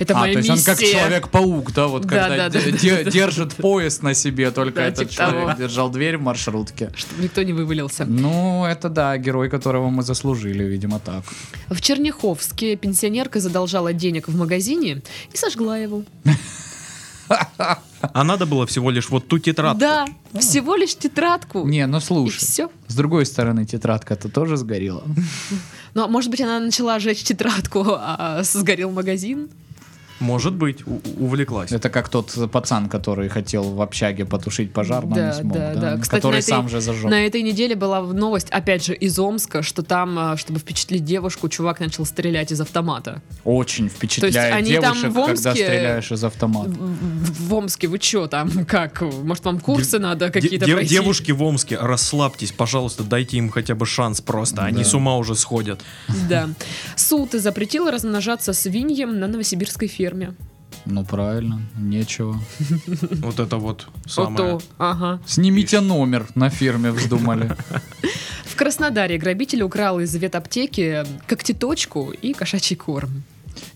[SPEAKER 3] это
[SPEAKER 2] а,
[SPEAKER 3] моя
[SPEAKER 2] то есть
[SPEAKER 3] миссия.
[SPEAKER 2] он как Человек-паук, да, вот
[SPEAKER 3] Да, да,
[SPEAKER 2] когда
[SPEAKER 3] да,
[SPEAKER 2] де-
[SPEAKER 3] да,
[SPEAKER 2] де-
[SPEAKER 3] да.
[SPEAKER 2] держит пояс на себе, только
[SPEAKER 3] Да,
[SPEAKER 2] этот
[SPEAKER 3] типа того.
[SPEAKER 2] человек держал дверь в маршрутке.
[SPEAKER 3] Чтобы никто не вывалился.
[SPEAKER 2] Ну, это да, герой, которого мы заслужили, видимо, так.
[SPEAKER 3] В Черняховске пенсионерка задолжала денег в магазине и сожгла его.
[SPEAKER 1] А надо было всего лишь вот ту тетрадку.
[SPEAKER 3] Да, всего лишь тетрадку.
[SPEAKER 2] Не, ну
[SPEAKER 3] И
[SPEAKER 2] слушай.
[SPEAKER 3] все.
[SPEAKER 2] С другой стороны, тетрадка-то тоже сгорела.
[SPEAKER 3] Но, Ну, а может быть, она начала жечь тетрадку, а сгорел магазин.
[SPEAKER 1] Может быть, у- увлеклась.
[SPEAKER 2] Это как тот пацан, который хотел в общаге потушить пожар, но
[SPEAKER 3] Да,
[SPEAKER 2] не смог.
[SPEAKER 3] да,
[SPEAKER 2] Да,
[SPEAKER 3] да. Кстати, на
[SPEAKER 2] который
[SPEAKER 3] этой-
[SPEAKER 2] сам же зажег.
[SPEAKER 3] На этой неделе была в- новость, опять же, из Омска, что там, а, чтобы впечатлить девушку, чувак начал стрелять из автомата.
[SPEAKER 2] Очень
[SPEAKER 3] То
[SPEAKER 2] впечатляет
[SPEAKER 3] есть они там
[SPEAKER 2] девушек,
[SPEAKER 3] в Омске-
[SPEAKER 2] когда стреляешь из
[SPEAKER 3] В,
[SPEAKER 2] автомата.
[SPEAKER 3] в- в Омске вы чё там? Как? Может, вам курсы надо
[SPEAKER 1] Де-
[SPEAKER 3] А какие-то
[SPEAKER 1] де-
[SPEAKER 3] пройти?
[SPEAKER 1] девушки в Омске, расслабьтесь, пожалуйста, дайте им хотя бы шанс просто. Они
[SPEAKER 2] Да.
[SPEAKER 1] с ума уже сходят.
[SPEAKER 3] Да. Суд запретил размножаться свиньям на новосибирской ферме.
[SPEAKER 2] Ну правильно, нечего.
[SPEAKER 1] Вот это вот самое.
[SPEAKER 3] Ото. Ага.
[SPEAKER 2] Снимите номер на фирме, вздумали.
[SPEAKER 3] В Краснодаре грабитель украл из ветаптеки когтеточку и кошачий корм.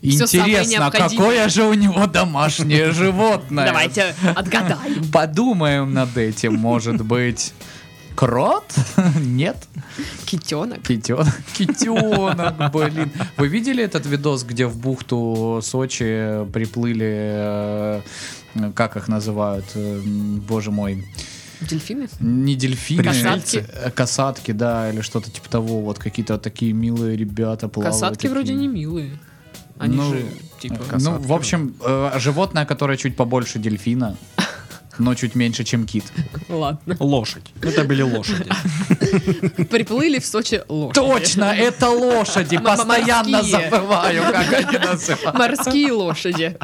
[SPEAKER 3] Всё самое
[SPEAKER 2] Интересно,
[SPEAKER 3] необходимое.
[SPEAKER 2] какое же у него домашнее животное?
[SPEAKER 3] Давайте отгадаем.
[SPEAKER 2] Подумаем над этим, может быть. Крот? Нет.
[SPEAKER 3] Китенок.
[SPEAKER 2] Китенок. Китенок, блин. Вы видели этот видос, где в бухту Сочи приплыли, э, как их называют, э, м, боже мой,
[SPEAKER 3] Дельфины.
[SPEAKER 2] не дельфины,
[SPEAKER 3] Касатки.
[SPEAKER 2] э, касатки, да, или что-то типа того, вот какие-то такие милые ребята плавают.
[SPEAKER 3] Касатки
[SPEAKER 2] такие.
[SPEAKER 3] вроде не милые. Они
[SPEAKER 2] Ну,
[SPEAKER 3] же, типа...
[SPEAKER 2] Ну, в общем, э, животное, которое чуть побольше дельфина, но чуть меньше, чем кит.
[SPEAKER 3] Ладно.
[SPEAKER 1] Лошадь. Это были лошади.
[SPEAKER 3] Приплыли в Сочи лошади.
[SPEAKER 2] Точно, это лошади,
[SPEAKER 3] М- м-
[SPEAKER 2] постоянно
[SPEAKER 3] морские. М-м-м.
[SPEAKER 2] забываю, как они называются.
[SPEAKER 3] Морские лошади.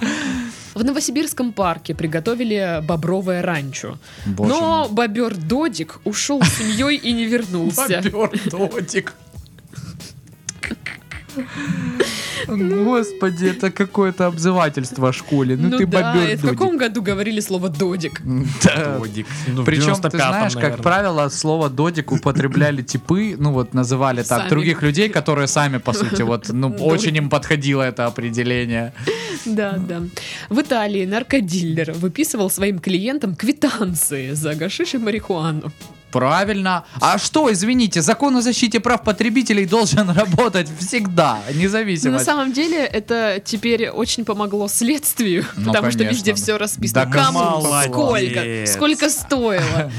[SPEAKER 3] В Новосибирском парке приготовили бобровое ранчо.
[SPEAKER 2] Боже
[SPEAKER 3] Но бобер Додик ушел с семьей и не вернулся.
[SPEAKER 2] Попёр дотик. Господи, это какое-то обзывательство о школе. Ну, ты
[SPEAKER 3] да,
[SPEAKER 2] бобер
[SPEAKER 3] и в каком году говорили слово Додик?
[SPEAKER 2] Э,
[SPEAKER 1] Додик. Ну, в
[SPEAKER 2] Причем, ты
[SPEAKER 1] 95-м,
[SPEAKER 2] знаешь, как
[SPEAKER 1] наверное.
[SPEAKER 2] правило, слово «додик» употребляли типы, ну вот называли так
[SPEAKER 3] Сами.
[SPEAKER 2] других людей, которые сами, по сути, вот, ну,
[SPEAKER 3] Додик.
[SPEAKER 2] очень им подходило это определение.
[SPEAKER 3] Да, да. В Италии наркодиллер выписывал своим клиентам квитанции за гашиш и марихуану.
[SPEAKER 2] Правильно. А что, извините, закон о защите прав потребителей должен работать всегда, независимо.
[SPEAKER 3] На самом деле это теперь очень помогло следствию,
[SPEAKER 2] Ну,
[SPEAKER 3] потому что
[SPEAKER 2] конечно.
[SPEAKER 3] везде все расписано. Кому,
[SPEAKER 1] Доказалось.
[SPEAKER 3] сколько, сколько стоило.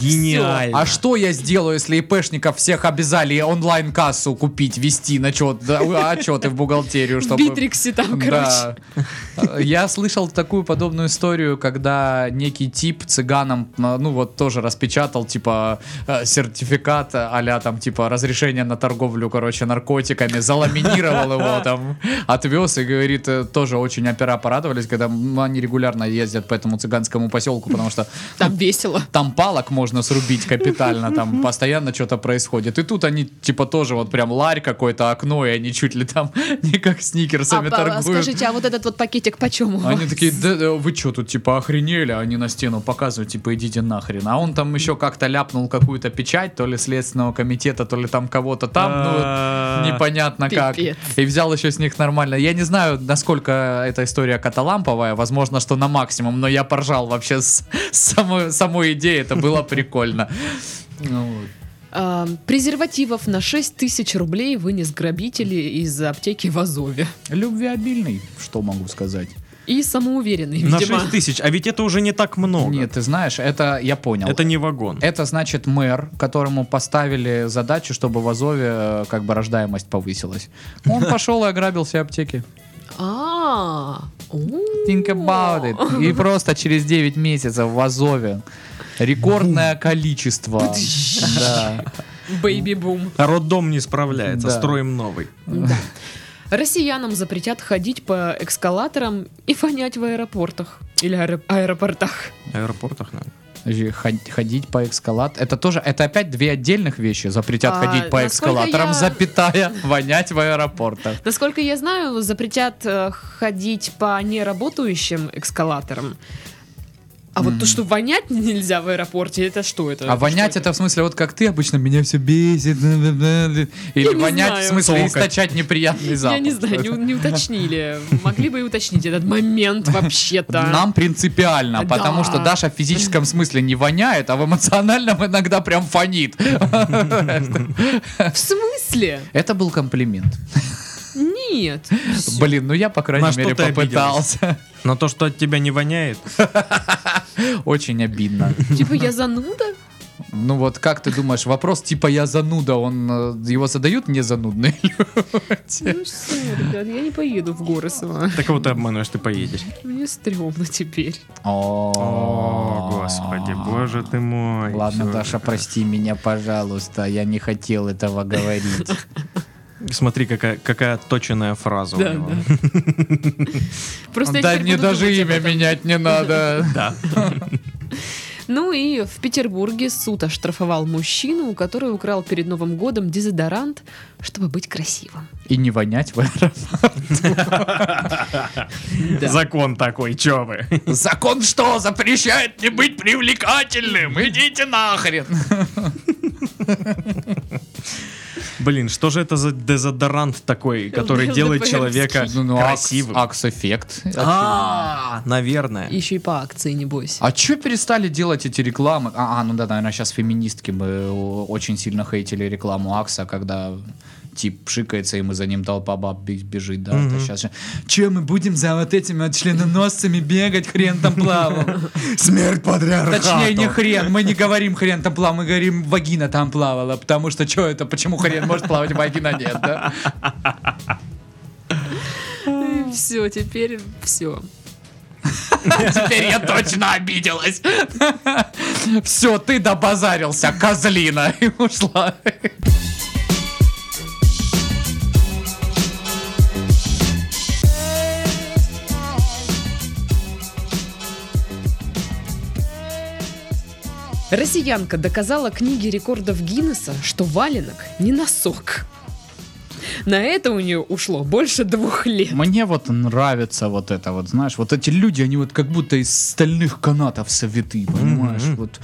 [SPEAKER 1] Гениально.
[SPEAKER 2] А что я сделаю, если ИПшников всех обязали онлайн-кассу купить, вести начет, да, отчеты в бухгалтерию,
[SPEAKER 3] В
[SPEAKER 2] чтобы...
[SPEAKER 3] Битриксе там, короче.
[SPEAKER 2] Да. Э, Я слышал такую подобную историю, когда некий тип цыганам, а, ну вот тоже распечатал, типа, э, сертификат а там, типа, разрешение на торговлю, короче, наркотиками, заламинировал его там, отвез и говорит, э, тоже очень опера порадовались, когда м, они регулярно ездят по этому цыганскому поселку, потому что
[SPEAKER 3] Там весело.
[SPEAKER 2] там палок можно срубить капитально, там постоянно что-то происходит. И тут они типа тоже вот прям ларь какое-то окно, и они чуть ли там не как сникерсами
[SPEAKER 3] А, а,
[SPEAKER 2] торгуют.
[SPEAKER 3] скажите, а вот этот вот пакетик почем у вас?
[SPEAKER 2] Они такие, да, да, вы что тут, типа, охренели? Они на стену показывают, типа, идите нахрен. А он там еще как-то ляпнул какую-то печать, то ли следственного комитета, то ли там кого-то там,
[SPEAKER 1] А.
[SPEAKER 2] ну, непонятно как.
[SPEAKER 3] Пипец.
[SPEAKER 2] И взял еще с них нормально. Я не знаю, насколько эта история каталамповая, возможно, что на максимум, но я поржал вообще с с самой самой идеей, это было прикольно. Ну,
[SPEAKER 3] А, презервативов на 6 тысяч рублей вынес грабители из аптеки в Азове.
[SPEAKER 2] Любвеобильный, что могу сказать.
[SPEAKER 3] И самоуверенный,
[SPEAKER 1] На
[SPEAKER 3] видимо.
[SPEAKER 1] 6 тысяч. А ведь это уже не так много.
[SPEAKER 2] Нет, Э, ты знаешь, это я понял.
[SPEAKER 1] Это не вагон.
[SPEAKER 2] Это значит мэр, которому поставили задачу, чтобы в Азове э, как бы рождаемость повысилась. Он пошел и ограбил все аптеки.
[SPEAKER 3] А, у.
[SPEAKER 2] Think about it. И просто через 9 месяцев в Азове рекордное количество. Да.
[SPEAKER 3] Бэйби-бум.
[SPEAKER 1] Роддом не справляется,
[SPEAKER 2] Да.
[SPEAKER 1] строим новый.
[SPEAKER 3] Да. Россиянам запретят ходить по эскалаторам и фонять в аэропортах. Или аэро- аэропортах.
[SPEAKER 1] В аэропортах надо.
[SPEAKER 2] Подожди, ход- Ходить по эскалатору. Это тоже, это опять две отдельных вещи. Запретят
[SPEAKER 3] А,
[SPEAKER 2] ходить по
[SPEAKER 3] насколько
[SPEAKER 2] эскалаторам,
[SPEAKER 3] я-
[SPEAKER 2] запятая, вонять в аэропортах.
[SPEAKER 3] Насколько я знаю, запретят э, ходить по неработающим эскалаторам. А вот то, что вонять нельзя в аэропорте, это Э, что это?
[SPEAKER 2] А вонять это в смысле, вот как ты обычно, меня все бесит. Или
[SPEAKER 3] не
[SPEAKER 2] вонять
[SPEAKER 3] знаю.
[SPEAKER 2] в смысле
[SPEAKER 1] Цокать.
[SPEAKER 2] источать неприятный запах.
[SPEAKER 3] Я не знаю, не, не уточнили. Могли бы и уточнить этот момент вообще-то.
[SPEAKER 2] Нам принципиально,
[SPEAKER 3] Да.
[SPEAKER 2] потому что Даша в физическом смысле не воняет, а в эмоциональном иногда прям фонит.
[SPEAKER 3] В смысле?
[SPEAKER 2] Это был комплимент.
[SPEAKER 3] Нет.
[SPEAKER 2] Блин, ну я, по
[SPEAKER 1] На
[SPEAKER 2] крайней
[SPEAKER 1] что
[SPEAKER 2] мере,
[SPEAKER 1] ты
[SPEAKER 2] попытался.
[SPEAKER 1] Но то, что от тебя не воняет,
[SPEAKER 2] Очень обидно.
[SPEAKER 3] Типа я зануда?
[SPEAKER 2] Ну вот как ты думаешь, вопрос типа «я зануда», он э, его задают не занудные люди?
[SPEAKER 3] Ну все, ребят, я не поеду в горы сама.
[SPEAKER 1] так вот ты обманываешь, ты поедешь.
[SPEAKER 3] Мне стрёмно теперь.
[SPEAKER 1] О, господи, боже ты мой.
[SPEAKER 2] Ладно,
[SPEAKER 1] Всё.
[SPEAKER 2] Даша, прости меня, пожалуйста, я не хотел этого говорить.
[SPEAKER 1] Смотри, какая, какая точенная фраза
[SPEAKER 3] Да,
[SPEAKER 1] у него.
[SPEAKER 3] да. Просто я
[SPEAKER 2] Да
[SPEAKER 3] теперь
[SPEAKER 2] мне
[SPEAKER 3] буду
[SPEAKER 2] даже
[SPEAKER 3] думать об
[SPEAKER 2] имя
[SPEAKER 3] этом.
[SPEAKER 2] менять не надо.
[SPEAKER 1] Да.
[SPEAKER 3] Ну и в Петербурге суд оштрафовал мужчину, который украл перед Новым годом дезодорант, чтобы быть красивым.
[SPEAKER 2] И не вонять в
[SPEAKER 1] Закон такой, чё вы?
[SPEAKER 2] Закон что, запрещает не быть привлекательным? Идите нахрен.
[SPEAKER 1] Блин, что же это за дезодорант такой, который
[SPEAKER 3] ДЗП.
[SPEAKER 1] делает человека красивым?
[SPEAKER 2] ну, Акс-эффект.
[SPEAKER 1] А, наверное.
[SPEAKER 3] Еще и по акции, небось.
[SPEAKER 2] А чё перестали делать эти рекламы? А, а, ну да, наверное, сейчас феминистки бы о, очень сильно хейтили рекламу Акса, когда тип пшикается, и мы за ним толпа баб бе- бежит, да, это сейчас же. Че, мы будем за вот этими вот членоносцами бегать, хрен там плавал?
[SPEAKER 1] Смерть патриархату.
[SPEAKER 2] Точнее, не хрен, мы не говорим хрен там плавал, мы говорим вагина там плавала, потому что что это, почему хрен может плавать, а вагина нет, да?
[SPEAKER 3] Все, теперь все.
[SPEAKER 2] Теперь я точно обиделась. Все, ты добазарился, козлина, и ушла.
[SPEAKER 3] Россиянка доказала книге рекордов Гиннесса, что валенок не носок. На это у нее ушло больше двух лет.
[SPEAKER 2] Мне вот нравится вот это вот, знаешь, вот эти люди, они вот как будто из стальных канатов советы, понимаешь, вот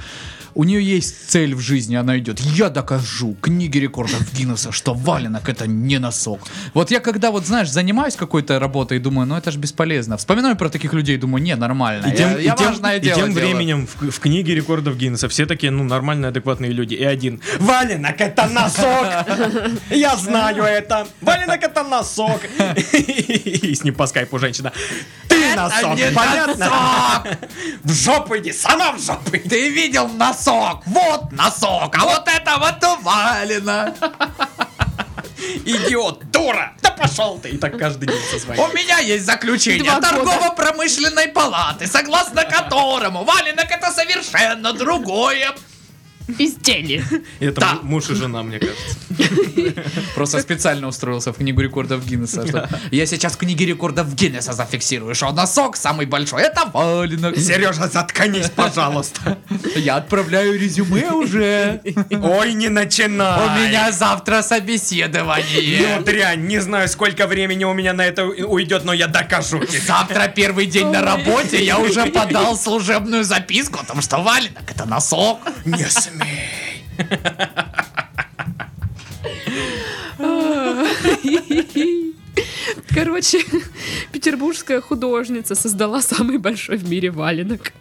[SPEAKER 2] У нее есть цель в жизни, она идет. Я докажу книги рекордов Гиннесса, что валенок это не носок. Вот я когда вот, знаешь, занимаюсь какой-то работой и думаю, ну это же бесполезно. Вспоминаю про таких людей, думаю, не, нормально.
[SPEAKER 1] И тем,
[SPEAKER 2] я,
[SPEAKER 1] и
[SPEAKER 2] я
[SPEAKER 1] тем-
[SPEAKER 2] важное
[SPEAKER 1] и
[SPEAKER 2] дело
[SPEAKER 1] тем
[SPEAKER 2] делаю».
[SPEAKER 1] временем в, в книге рекордов Гиннесса все такие, ну, нормальные, адекватные люди. И один. Валенок это носок! Я знаю это! Валенок это носок! И с ним по скайпу женщина. Ты носок!
[SPEAKER 2] «А не
[SPEAKER 1] Понятно? В жопу иди! Сама в жопу иди!
[SPEAKER 2] Ты видел носок? Вот носок, а вот это вот валено.
[SPEAKER 1] Идиот! Дура! Да пошел ты! И так каждый день со своим.
[SPEAKER 2] У меня есть заключение
[SPEAKER 3] Два года.
[SPEAKER 2] торгово-промышленной палаты, согласно которому валенок это совершенно другое.
[SPEAKER 3] Пиздели.
[SPEAKER 1] Это
[SPEAKER 2] Да.
[SPEAKER 1] му- муж и жена, мне кажется.
[SPEAKER 2] Просто специально устроился в книгу рекордов Гиннесса. что Я сейчас в книге рекордов Гиннесса зафиксирую, что носок самый большой это валенок.
[SPEAKER 1] Сережа, заткнись, пожалуйста.
[SPEAKER 2] Я отправляю резюме уже.
[SPEAKER 1] Ой, не
[SPEAKER 2] У
[SPEAKER 1] начинай.
[SPEAKER 2] меня завтра собеседование.
[SPEAKER 1] Ну, дрянь, не знаю, сколько времени у меня на это у- уйдет, но я докажу тебе.
[SPEAKER 2] Завтра первый
[SPEAKER 3] Ну,
[SPEAKER 2] день на работе, я уже подал служебную записку о том, что валенок это носок.
[SPEAKER 1] Не смей.
[SPEAKER 3] Короче, петербургская художница создала самый большой в мире валенок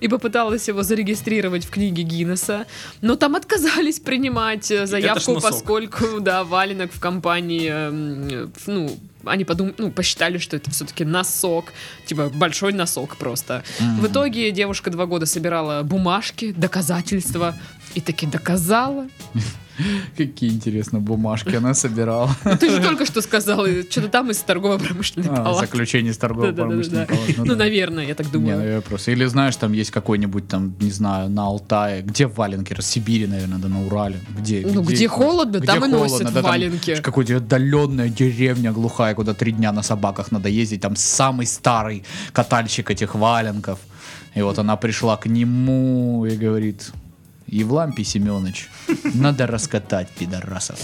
[SPEAKER 3] и попыталась его зарегистрировать в книге Гиннесса, но там отказались принимать
[SPEAKER 1] ж
[SPEAKER 3] э, заявку,
[SPEAKER 1] носок.
[SPEAKER 3] поскольку, да, валенок в компании, эм, в- ну, они подумали, ну, посчитали, что это все-таки носок, типа большой носок просто. В итоге девушка два года собирала бумажки, доказательства, и таки доказала.
[SPEAKER 2] Какие интересно бумажки она собирала.
[SPEAKER 3] Ну, Ты же только что сказала, что-то там из торгово-промышленной
[SPEAKER 2] А,
[SPEAKER 3] палаты.
[SPEAKER 2] Заключение с торговой
[SPEAKER 3] Да-да-да-да.
[SPEAKER 2] промышленной палаты.
[SPEAKER 3] Ну,
[SPEAKER 2] да.
[SPEAKER 3] наверное, я так
[SPEAKER 2] Не,
[SPEAKER 3] думаю.
[SPEAKER 2] ну, я просто. Или знаешь, там есть какой-нибудь там, не знаю, на Алтае, где валенки, Раз- Сибири, наверное, да на Урале, где?
[SPEAKER 3] Ну, где холодно, там и носят
[SPEAKER 2] там
[SPEAKER 3] валенки.
[SPEAKER 2] ж Какую-то отдаленная деревня глухая, куда три дня на собаках надо ездить, там самый старый катальщик этих валенков. И вот она пришла к нему и говорит, Евлампий Семенович, надо раскатать пидорасов.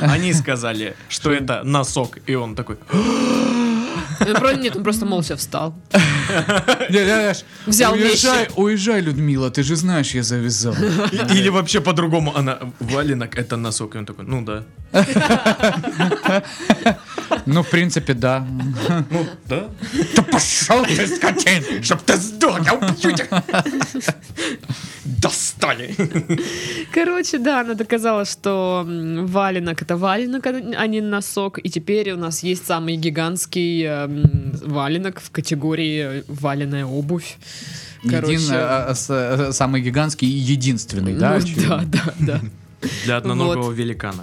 [SPEAKER 1] Они сказали, что это носок, и он такой.
[SPEAKER 3] Э, про- Нет, он просто молча встал.
[SPEAKER 2] Не, знаешь,
[SPEAKER 3] Взял
[SPEAKER 2] уезжай, уезжай, Людмила, ты же знаешь, я завязал.
[SPEAKER 1] И- Или вообще по-другому она валенок это носок, и он такой, ну да.
[SPEAKER 2] Ну, в принципе, да.
[SPEAKER 1] Ну да.
[SPEAKER 2] Да пошел ты, скотин, чтоб ты сдох, я убью тебя.
[SPEAKER 1] Достали.
[SPEAKER 3] Короче, да, она доказала, что м, валенок это валенок, а не носок. И теперь у нас есть самый гигантский э, м, валенок в категории валеная обувь. Короче,
[SPEAKER 2] Един, а, а, с- а, самый гигантский и единственный,
[SPEAKER 3] ну,
[SPEAKER 2] да?
[SPEAKER 3] да,
[SPEAKER 2] очевидно?
[SPEAKER 3] да, да.
[SPEAKER 1] Для одноногого
[SPEAKER 3] Вот.
[SPEAKER 1] великана.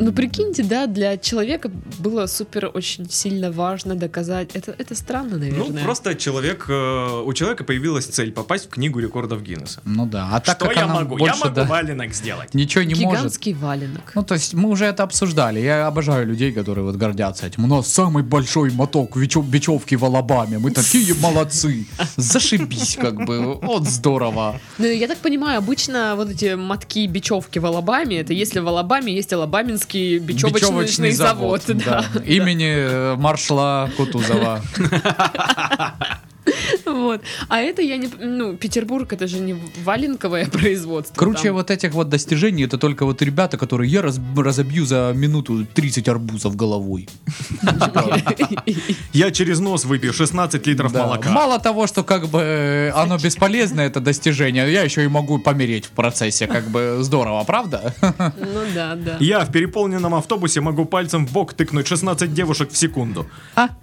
[SPEAKER 3] Ну, прикиньте, да, для человека было супер очень сильно важно доказать. Это, это странно,
[SPEAKER 1] Ну,
[SPEAKER 3] наверное.
[SPEAKER 1] просто человек, э, у человека появилась цель попасть в книгу рекордов Гиннесса.
[SPEAKER 2] Ну да, а так
[SPEAKER 1] Что
[SPEAKER 2] как
[SPEAKER 1] я
[SPEAKER 2] она
[SPEAKER 1] могу? я
[SPEAKER 2] больше,
[SPEAKER 1] могу а?
[SPEAKER 2] да,
[SPEAKER 1] валенок сделать.
[SPEAKER 2] ничего не может.
[SPEAKER 3] Гигантский валенок.
[SPEAKER 2] Ну, то есть мы уже это обсуждали. Я обожаю людей, которые вот гордятся этим. У нас самый большой моток вечо- бечевки в Алабаме. Мы такие молодцы. Зашибись, как бы. Вот здорово.
[SPEAKER 3] Ну, я так понимаю, обычно вот эти мотки бечевки в Алабаме, это если в Алабаме есть алабаминский бечевочный,
[SPEAKER 2] Бечевочный
[SPEAKER 3] завод. да.
[SPEAKER 2] Имени э, маршала Кутузова.
[SPEAKER 3] Вот. А это я не... Ну, Петербург, это же не валенковое производство.
[SPEAKER 2] Круче
[SPEAKER 3] там.
[SPEAKER 2] вот этих вот достижений, это только вот ребята, которые я раз- разобью за минуту 30 арбузов головой.
[SPEAKER 1] Я через нос выпью 16 литров
[SPEAKER 2] Да.
[SPEAKER 1] молока.
[SPEAKER 2] Мало того, что как бы э, оно бесполезно, это достижение, я еще и могу помереть в процессе, как бы здорово, правда?
[SPEAKER 3] Ну да, да.
[SPEAKER 1] Я в переполненном автобусе могу пальцем в бок тыкнуть 16 девушек в секунду.
[SPEAKER 2] А,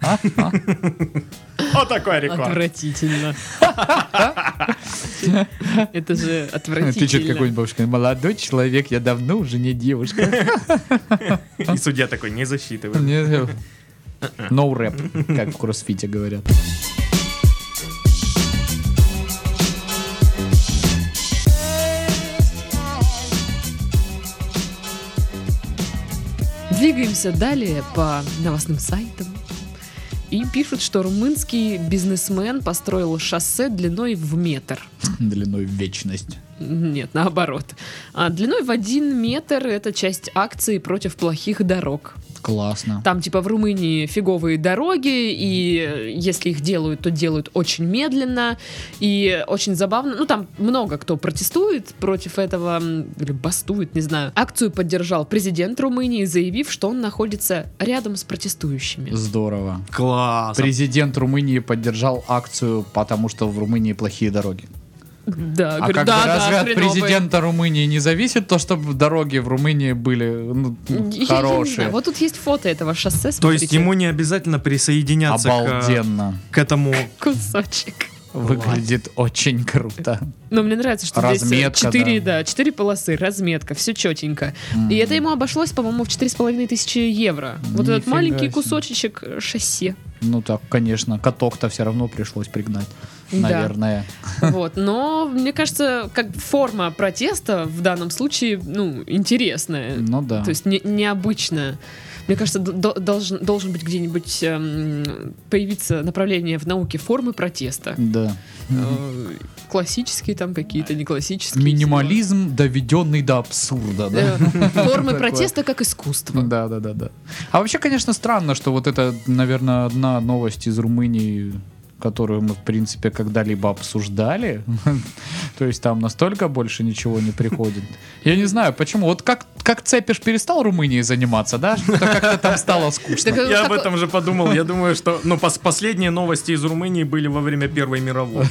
[SPEAKER 1] Вот такой рекорд.
[SPEAKER 3] Отвратительно. Это же
[SPEAKER 2] Тычет
[SPEAKER 3] отвратительно.
[SPEAKER 2] какой-нибудь бабушка, молодой человек, я давно уже не девушка.
[SPEAKER 1] И судья такой, не засчитывай.
[SPEAKER 2] Не, э, No рэп, как в кроссфите говорят.
[SPEAKER 3] Двигаемся далее по новостным сайтам. И пишут, что румынский бизнесмен построил шоссе длиной в метр.
[SPEAKER 2] Длиной в вечность.
[SPEAKER 3] Нет, наоборот. А, длиной в один метр это часть акции против плохих дорог.
[SPEAKER 2] Классно.
[SPEAKER 3] Там типа в Румынии фиговые дороги, и э, если их делают, то делают очень медленно и очень забавно. Ну там много кто протестует против этого, м, или бастует, не знаю. Акцию поддержал президент Румынии, заявив, что он находится рядом с протестующими.
[SPEAKER 2] Здорово.
[SPEAKER 1] Класс.
[SPEAKER 2] Президент Румынии поддержал акцию, потому что в Румынии плохие дороги.
[SPEAKER 3] Да,
[SPEAKER 2] А
[SPEAKER 3] говорю,
[SPEAKER 2] как
[SPEAKER 3] да,
[SPEAKER 2] бы
[SPEAKER 3] да,
[SPEAKER 2] разве от
[SPEAKER 3] хреновые.
[SPEAKER 2] президента Румынии не зависит то, чтобы дороги в Румынии были ну,
[SPEAKER 3] Я- я не знаю,
[SPEAKER 2] хорошие?
[SPEAKER 3] а Вот тут есть фото этого шоссе.
[SPEAKER 1] То есть
[SPEAKER 3] смотрите.
[SPEAKER 1] ему не обязательно присоединяться к,
[SPEAKER 2] Обалденно.
[SPEAKER 1] к этому.
[SPEAKER 3] кусочек.
[SPEAKER 2] Выглядит очень круто.
[SPEAKER 3] Но мне нравится, что
[SPEAKER 2] Разметка,
[SPEAKER 3] здесь 4,
[SPEAKER 2] да.
[SPEAKER 3] да. четыре полосы, разметка, все четенько. И это ему обошлось, по-моему, в 4,5 тысячи евро. Вот этот
[SPEAKER 2] Нифига
[SPEAKER 3] маленький
[SPEAKER 2] себе.
[SPEAKER 3] кусочек э, шоссе.
[SPEAKER 2] Ну так, конечно, каток-то все равно пришлось пригнать,
[SPEAKER 3] Да.
[SPEAKER 2] наверное.
[SPEAKER 3] Вот. Но, мне кажется, как форма протеста в данном случае, ну, интересная.
[SPEAKER 2] Ну да.
[SPEAKER 3] То есть не- необычная. Мне кажется, д- до- должен, должен быть где-нибудь эм, появиться направление в науке формы протеста.
[SPEAKER 2] Да.
[SPEAKER 3] Э, классические там какие-то, не классические.
[SPEAKER 2] Минимализм, доведенный до абсурда, да?
[SPEAKER 3] Э, Формы
[SPEAKER 2] Такое.
[SPEAKER 3] протеста как искусство.
[SPEAKER 2] Да, да, да, да. А вообще, конечно, странно, что вот это, наверное, одна новость из Румынии, которую мы, в принципе, когда-либо обсуждали. То есть там настолько больше ничего не приходит. Я не знаю, почему. Вот как, как Цепиш перестал Румынией заниматься, да? Что-то как-то там стало скучно.
[SPEAKER 3] Так, э,
[SPEAKER 1] Я об
[SPEAKER 3] как-
[SPEAKER 1] этом же подумал. Я думаю, что... Ну, пос- последние новости из Румынии были во время Первой мировой.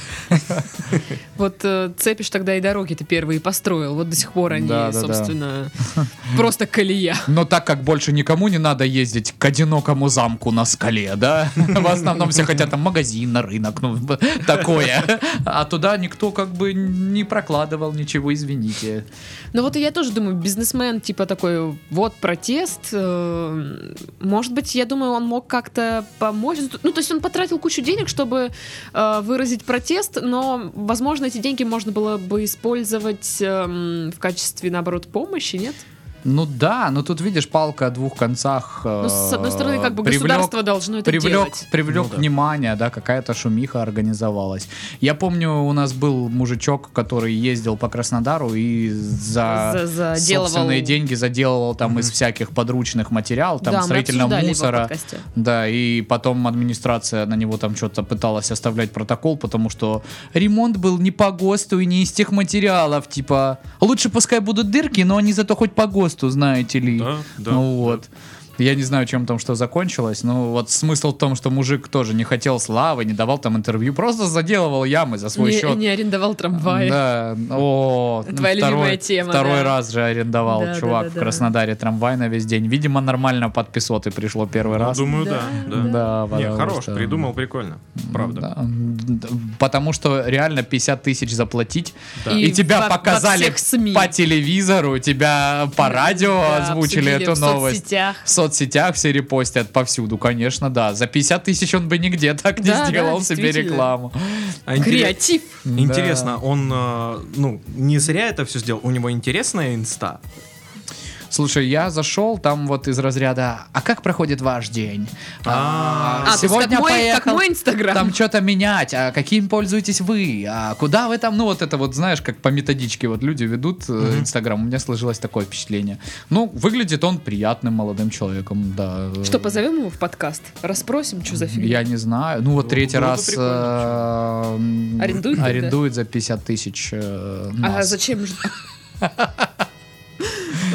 [SPEAKER 3] Вот э, Цепиш тогда и дороги-то первые построил. Вот до сих пор они,
[SPEAKER 2] Да, да, да.
[SPEAKER 3] собственно, просто колея.
[SPEAKER 2] Но так как больше никому не надо ездить к одинокому замку на скале, да? В основном все хотят там магазин, на рынок, ну, б- такое. А туда никто как бы не прокладывал ничего, извините.
[SPEAKER 3] Но Ну вот и я тоже думаю, бизнесмен типа такой, вот протест. э, может быть, я думаю, он мог как-то помочь. Ну, то есть он потратил кучу денег, чтобы э, выразить протест, но, возможно, эти деньги можно было бы использовать эм, в качестве, наоборот, помощи, нет?
[SPEAKER 2] Ну да, но тут видишь палка о двух концах. э,
[SPEAKER 3] Ну, с одной стороны, как бы
[SPEAKER 2] привлек-
[SPEAKER 3] государство должно это
[SPEAKER 2] привлек,
[SPEAKER 3] делать.
[SPEAKER 2] привлек
[SPEAKER 1] Ну да.
[SPEAKER 2] внимание, да, какая-то шумиха организовалась. Я помню, у нас был мужичок, который ездил по Краснодару и за,
[SPEAKER 3] За- заделывал-
[SPEAKER 2] собственные деньги заделывал там из всяких подручных материал, там
[SPEAKER 3] да, мы
[SPEAKER 2] строительного
[SPEAKER 3] обсуждали его в
[SPEAKER 2] мусора.
[SPEAKER 3] подкасте.
[SPEAKER 2] Да, и потом администрация на него там что-то пыталась оставлять протокол, потому что ремонт был не по ГОСТу и не из тех материалов, типа, лучше пускай будут дырки, но они зато хоть по ГОСТу, знаете ли.
[SPEAKER 1] Да, да,
[SPEAKER 2] Ну вот. Я не знаю, чем там что закончилось, но вот смысл в том, что мужик тоже не хотел славы, не давал там интервью, просто заделывал ямы за свой
[SPEAKER 3] не,
[SPEAKER 2] счет.
[SPEAKER 3] не арендовал трамваи.
[SPEAKER 2] Да, о, ну,
[SPEAKER 3] Твоя
[SPEAKER 2] второй,
[SPEAKER 3] любимая тема,
[SPEAKER 2] Второй
[SPEAKER 3] да.
[SPEAKER 2] раз же арендовал
[SPEAKER 3] Да, да,
[SPEAKER 2] чувак
[SPEAKER 3] да,
[SPEAKER 2] в
[SPEAKER 3] да.
[SPEAKER 2] Краснодаре трамвай на весь день. Видимо, нормально под песоты пришло первый
[SPEAKER 1] Ну,
[SPEAKER 2] раз.
[SPEAKER 1] Думаю,
[SPEAKER 3] Да,
[SPEAKER 1] да. да.
[SPEAKER 2] Да,
[SPEAKER 1] Не,
[SPEAKER 2] потому
[SPEAKER 1] хорош,
[SPEAKER 2] что-
[SPEAKER 1] придумал прикольно. Правда.
[SPEAKER 2] Да, д- Потому что реально 50 тысяч заплатить,
[SPEAKER 1] Да.
[SPEAKER 2] и,
[SPEAKER 3] И
[SPEAKER 2] тебя
[SPEAKER 3] во- во
[SPEAKER 2] показали
[SPEAKER 3] всех СМИ.
[SPEAKER 2] по телевизору, тебя по радио
[SPEAKER 3] Да,
[SPEAKER 2] озвучили
[SPEAKER 3] обсудили
[SPEAKER 2] эту
[SPEAKER 3] в
[SPEAKER 2] новость.
[SPEAKER 3] соцсетях.
[SPEAKER 2] В соцсетях все репостят повсюду, конечно, да. За 50 тысяч он бы нигде так не
[SPEAKER 3] Да, да,
[SPEAKER 2] сделал себе
[SPEAKER 3] действительно.
[SPEAKER 2] рекламу.
[SPEAKER 1] А интерес-
[SPEAKER 3] Креатив.
[SPEAKER 2] Да.
[SPEAKER 1] Интересно, он, э, ну, не зря это все сделал. У него интересная инста.
[SPEAKER 2] Слушай, я зашел там вот из разряда «А как проходит ваш день?»
[SPEAKER 1] А.
[SPEAKER 3] А, то есть как мой- как мой Инстаграм.
[SPEAKER 2] Там что-то менять, а каким пользуетесь вы, а куда вы там, ну вот это вот, знаешь, как по методичке вот люди ведут э, Инстаграм, у меня сложилось такое впечатление. Ну, выглядит он приятным молодым человеком, да.
[SPEAKER 3] Что, позовем его в подкаст? Расспросим, что за фигня?
[SPEAKER 2] Я не знаю. Ну вот
[SPEAKER 1] Ну,
[SPEAKER 2] третий
[SPEAKER 1] было бы
[SPEAKER 2] раз
[SPEAKER 1] прикольно,
[SPEAKER 2] э, м,
[SPEAKER 3] Арендует тогда?
[SPEAKER 2] арендует за 50 тысяч э,
[SPEAKER 3] А
[SPEAKER 2] нас.
[SPEAKER 3] зачем же?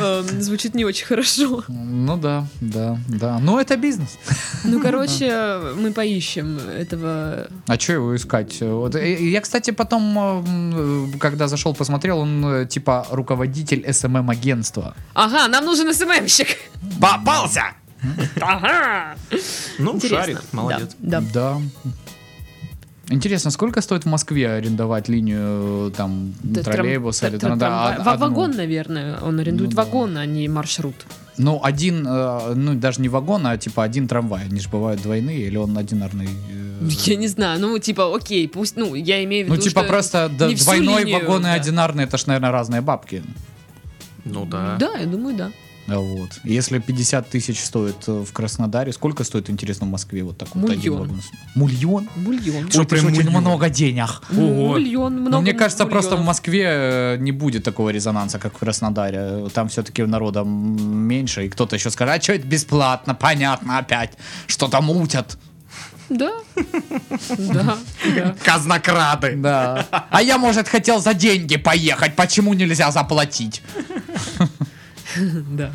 [SPEAKER 3] Эм, Звучит не очень хорошо.
[SPEAKER 2] Ну да, да, да. Ну это бизнес.
[SPEAKER 3] Ну, короче, мы поищем этого.
[SPEAKER 2] А что его искать? Вот, э, я, кстати, потом, э, м, э, когда зашел, посмотрел, он э, типа руководитель эм СММ-агентства.
[SPEAKER 3] Ага, нам нужен СММщик.
[SPEAKER 1] Попался!
[SPEAKER 3] Ага.
[SPEAKER 1] Ну,
[SPEAKER 3] Интересно.
[SPEAKER 1] шарит, молодец.
[SPEAKER 3] Да. да.
[SPEAKER 2] Интересно, сколько стоит в Москве арендовать линию э, там
[SPEAKER 3] Да, трам-
[SPEAKER 2] троллейбуса или
[SPEAKER 3] тра-
[SPEAKER 2] там, да,
[SPEAKER 3] трамвай.
[SPEAKER 2] од-
[SPEAKER 3] Ва-
[SPEAKER 2] одну?
[SPEAKER 3] Вагон, наверное. Он арендует
[SPEAKER 2] Ну да.
[SPEAKER 3] вагон, а не маршрут.
[SPEAKER 2] Ну, один, э, ну даже не вагон, а типа один трамвай. Они же бывают двойные, или он одинарный. э,
[SPEAKER 3] Я не знаю. Ну, типа, окей, пусть. Ну, я имею в виду.
[SPEAKER 2] Ну, типа
[SPEAKER 3] что
[SPEAKER 2] просто д-
[SPEAKER 3] не всю
[SPEAKER 2] двойной
[SPEAKER 3] линию,
[SPEAKER 2] вагон и
[SPEAKER 3] да.
[SPEAKER 2] одинарный, это ж, наверное, разные бабки.
[SPEAKER 1] Ну да.
[SPEAKER 3] Да, я думаю, да.
[SPEAKER 2] А Вот. Если 50 тысяч стоит э, в Краснодаре, сколько стоит, интересно, в Москве вот такой вот один
[SPEAKER 3] Мульон.
[SPEAKER 2] вагон? Мульон?
[SPEAKER 3] Бульон.
[SPEAKER 1] Что,
[SPEAKER 2] Ой, это
[SPEAKER 1] прям
[SPEAKER 2] ж очень
[SPEAKER 1] мульон?
[SPEAKER 2] много денег.
[SPEAKER 1] Ого.
[SPEAKER 3] Бульон, много
[SPEAKER 2] Но Ну, мне кажется,
[SPEAKER 3] бульонов.
[SPEAKER 2] просто в Москве э, не будет такого резонанса, как в Краснодаре. Там все-таки народа м, меньше, и кто-то еще скажет, а что это бесплатно, понятно опять, что там мутят.
[SPEAKER 3] Да. Да. да.
[SPEAKER 2] Казнокрады. Да. А я, может, хотел за деньги поехать, почему нельзя заплатить?
[SPEAKER 3] Да.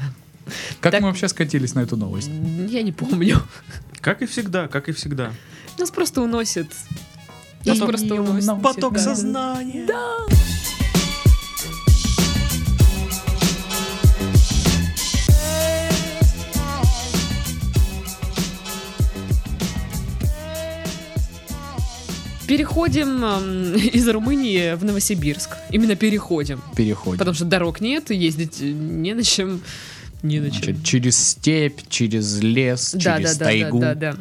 [SPEAKER 2] Как
[SPEAKER 3] Так-
[SPEAKER 2] мы вообще скатились на эту новость?
[SPEAKER 3] Я не помню.
[SPEAKER 1] Как и всегда, как и всегда.
[SPEAKER 3] Нас просто уносит. Нас
[SPEAKER 2] И
[SPEAKER 3] просто
[SPEAKER 2] не
[SPEAKER 3] уносит.
[SPEAKER 2] уносит,
[SPEAKER 1] Поток
[SPEAKER 2] да.
[SPEAKER 1] сознания.
[SPEAKER 3] Переходим эм, из Румынии в Новосибирск. Именно переходим.
[SPEAKER 2] Переходим.
[SPEAKER 3] Потому что дорог нет, ездить не на чем. Не на чем.
[SPEAKER 2] Значит, через степь, через лес,
[SPEAKER 3] Да, да,
[SPEAKER 2] через
[SPEAKER 3] да, да,
[SPEAKER 2] тайгу.
[SPEAKER 3] да, да.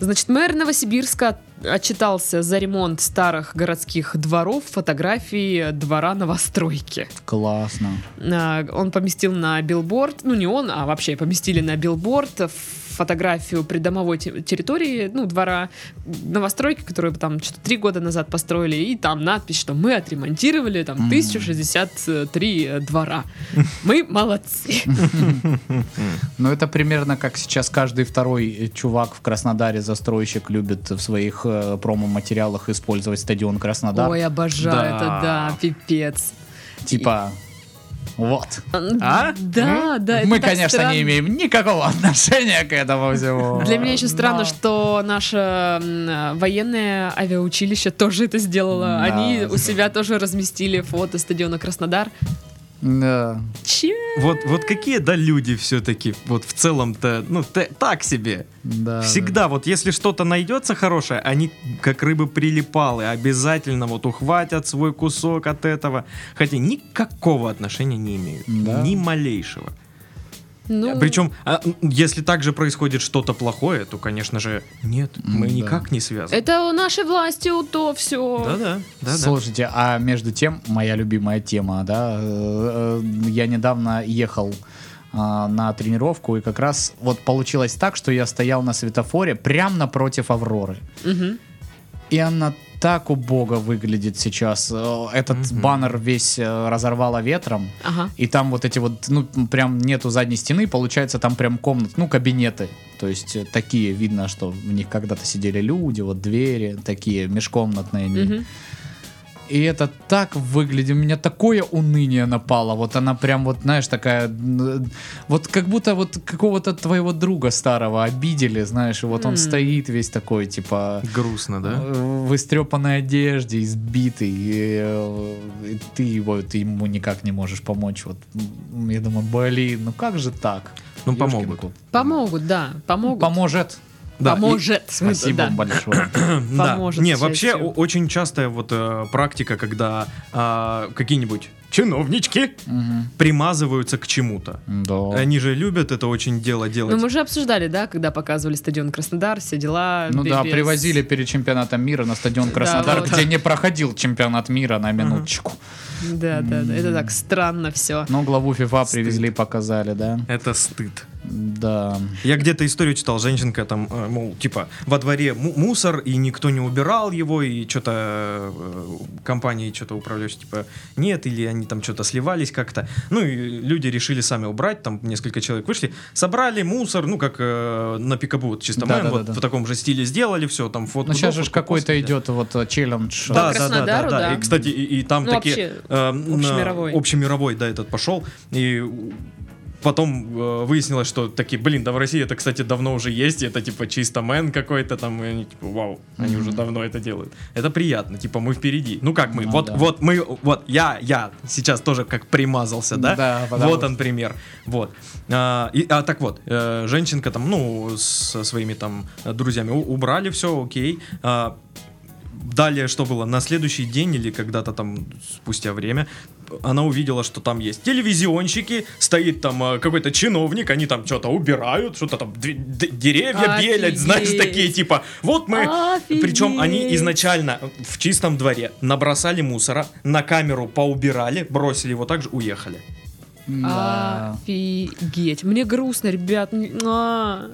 [SPEAKER 3] Значит, мэр Новосибирска отчитался за ремонт старых городских дворов, фотографии двора новостройки.
[SPEAKER 2] Классно.
[SPEAKER 3] А, Он поместил на билборд, ну не он, а вообще поместили на билборд ф- фотографию придомовой те- территории, ну, двора новостройки, которую там что-то три года назад построили, и там надпись, что мы отремонтировали там
[SPEAKER 2] Мгм.
[SPEAKER 3] 1063 двора. Мы молодцы.
[SPEAKER 2] Ну, это примерно как сейчас каждый второй э, чувак в Краснодаре, застройщик, любит в своих э, промо-материалах использовать стадион Краснодар.
[SPEAKER 3] Ой, обожаю
[SPEAKER 1] Да.
[SPEAKER 3] это, да, пипец.
[SPEAKER 2] типа, вот.
[SPEAKER 1] А?
[SPEAKER 3] Да, да. это
[SPEAKER 2] Мы,
[SPEAKER 3] так
[SPEAKER 2] конечно,
[SPEAKER 3] странно.
[SPEAKER 2] не имеем никакого отношения к этому всему.
[SPEAKER 3] Для меня еще странно,
[SPEAKER 2] Но-
[SPEAKER 3] что наше м, военное авиаучилище тоже это сделало.
[SPEAKER 2] Да.
[SPEAKER 3] Они у себя тоже разместили фото стадиона Краснодар.
[SPEAKER 2] Да.
[SPEAKER 3] Че?
[SPEAKER 1] Вот, вот какие, да, люди все-таки, вот в целом-то, ну, т- так себе.
[SPEAKER 2] Да,
[SPEAKER 1] Всегда вот, если что-то найдется хорошее, они как рыбы прилипалы, обязательно вот ухватят свой кусок от этого. Хотя никакого отношения не имеют.
[SPEAKER 2] Да.
[SPEAKER 1] Ни малейшего.
[SPEAKER 3] Ну,
[SPEAKER 1] Причем, а, м, если также происходит что-то плохое, то, конечно же, нет, мы
[SPEAKER 2] М, да.
[SPEAKER 1] никак не связаны.
[SPEAKER 3] Это у нашей власти то все.
[SPEAKER 1] Да-да, да-да.
[SPEAKER 2] Слушайте, а между тем, моя любимая тема, да, э, э, я недавно ехал а, на тренировку, и как раз вот получилось так, что я стоял на светофоре прямо напротив Авроры. И она так убого выглядит сейчас. Э, Этот
[SPEAKER 1] Мгм.
[SPEAKER 2] баннер весь э, разорвало ветром.
[SPEAKER 3] Ага.
[SPEAKER 2] И там вот эти вот, ну, прям нету задней стены, получается, там прям комнат, ну, кабинеты. То есть э, такие, видно, что в них когда-то сидели люди, вот двери такие межкомнатные. они.
[SPEAKER 3] Мгм.
[SPEAKER 2] И это так выглядит, у меня такое уныние напало, вот она прям вот, знаешь, такая, м, вот как будто вот какого-то твоего друга старого обидели, знаешь, и вот он
[SPEAKER 3] М.
[SPEAKER 2] стоит весь такой, типа,
[SPEAKER 1] Грустно, да?
[SPEAKER 2] э, в истрепанной одежде, избитый, и, э, и ты его, ты ему никак не можешь помочь, вот, М, я думаю, блин, ну как же так?
[SPEAKER 1] Ну,
[SPEAKER 2] Ёшкин
[SPEAKER 1] помогут.
[SPEAKER 2] кот.
[SPEAKER 3] Помогут, да, помогут.
[SPEAKER 2] Поможет.
[SPEAKER 1] Да, и-
[SPEAKER 3] Поможет.
[SPEAKER 2] Спасибо
[SPEAKER 3] Да.
[SPEAKER 2] вам большое.
[SPEAKER 1] Да.
[SPEAKER 3] поможет
[SPEAKER 1] Не,
[SPEAKER 3] счастью.
[SPEAKER 1] вообще о- очень частая вот э, практика, когда а, какие-нибудь чиновнички
[SPEAKER 2] Мгм.
[SPEAKER 1] примазываются к чему-то.
[SPEAKER 2] Да.
[SPEAKER 1] Они же любят это очень дело
[SPEAKER 3] Ну,
[SPEAKER 1] делать.
[SPEAKER 3] мы уже обсуждали, да, когда показывали стадион Краснодар, все дела.
[SPEAKER 2] Ну
[SPEAKER 3] бе-
[SPEAKER 2] да,
[SPEAKER 3] без-
[SPEAKER 2] привозили перед чемпионатом мира на стадион Краснодар,
[SPEAKER 3] вот.
[SPEAKER 2] где не проходил чемпионат мира на минуточку.
[SPEAKER 3] Да, да, да. Это так странно все.
[SPEAKER 2] Но главу ФИФА привезли, показали, да?
[SPEAKER 1] Это стыд.
[SPEAKER 2] Да.
[SPEAKER 1] Я где-то историю читал, женщинка там, э, мол, типа, во дворе му- мусор, и никто не убирал его, и э, что-то компании что-то управляющие, типа, нет, или они там что-то сливались как-то. Ну, и люди решили сами убрать, там несколько человек вышли, собрали мусор, ну, как э, на пикабу, вот, чисто
[SPEAKER 2] Да,
[SPEAKER 1] мэн,
[SPEAKER 2] да,
[SPEAKER 1] вот
[SPEAKER 2] да, да.
[SPEAKER 1] в таком же стиле сделали, все, там фотку.
[SPEAKER 2] Ну сейчас
[SPEAKER 1] до,
[SPEAKER 2] же ж
[SPEAKER 1] фотку после,
[SPEAKER 2] какой-то
[SPEAKER 1] да.
[SPEAKER 2] идет вот э, челлендж.
[SPEAKER 1] Да,
[SPEAKER 3] По
[SPEAKER 1] да, да, да,
[SPEAKER 3] Краснодару,
[SPEAKER 1] да.
[SPEAKER 3] да.
[SPEAKER 1] И, кстати, и, и там
[SPEAKER 3] Ну,
[SPEAKER 1] такие...
[SPEAKER 3] вообще,
[SPEAKER 1] э, на-
[SPEAKER 3] общемировой.
[SPEAKER 1] общемировой, да, этот пошел. И потом э, выяснилось, что такие, блин, да в России это, кстати, давно уже есть, и это типа чисто мэн какой-то там, и они типа, вау, они
[SPEAKER 2] Мгм.
[SPEAKER 1] уже давно это делают. Это приятно, типа мы впереди. Ну как мы,
[SPEAKER 2] Ну,
[SPEAKER 1] вот,
[SPEAKER 2] да.
[SPEAKER 1] вот мы, вот я, я сейчас тоже как примазался, да?
[SPEAKER 2] Да, потому
[SPEAKER 1] вот
[SPEAKER 2] что-
[SPEAKER 1] он пример. Вот. А, и, а так вот, э, женщинка там, ну, со своими там э, друзьями у- убрали все, окей. А, Далее, что было? На следующий день или когда-то там спустя время она увидела, что там есть телевизионщики, стоит там э, какой-то чиновник, они там что-то убирают, что-то там дви- д- деревья
[SPEAKER 3] Офигеть.
[SPEAKER 1] белят, знаешь, такие типа, вот мы...
[SPEAKER 3] Офигеть.
[SPEAKER 1] Причем они изначально в чистом дворе набросали мусора, на камеру поубирали, бросили его так же, уехали.
[SPEAKER 3] А,
[SPEAKER 2] Да.
[SPEAKER 3] Офигеть. Мне грустно, ребят. М, а,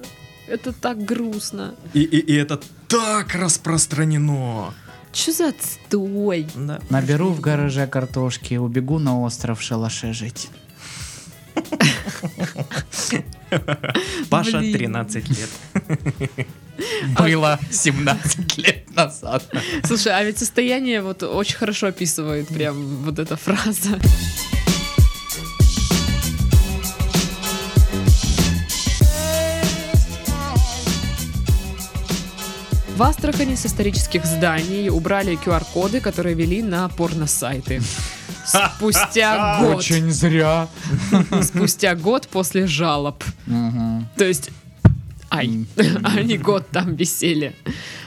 [SPEAKER 3] Это так грустно.
[SPEAKER 1] И, и, и это так распространено.
[SPEAKER 3] Че за отстой?
[SPEAKER 1] Да.
[SPEAKER 2] Наберу в гараже картошки, убегу на остров в шалаше жить.
[SPEAKER 1] Паша
[SPEAKER 3] Блин.
[SPEAKER 1] 13 лет.
[SPEAKER 2] Было 17 лет назад.
[SPEAKER 3] Слушай, а ведь состояние вот очень хорошо описывает прям вот эта фраза. В Астрахани с исторических зданий убрали QR-коды, которые вели на порно-сайты. Спустя год.
[SPEAKER 2] Очень зря.
[SPEAKER 3] Спустя год после жалоб.
[SPEAKER 2] Мгм.
[SPEAKER 3] То есть, ай, они год там висели.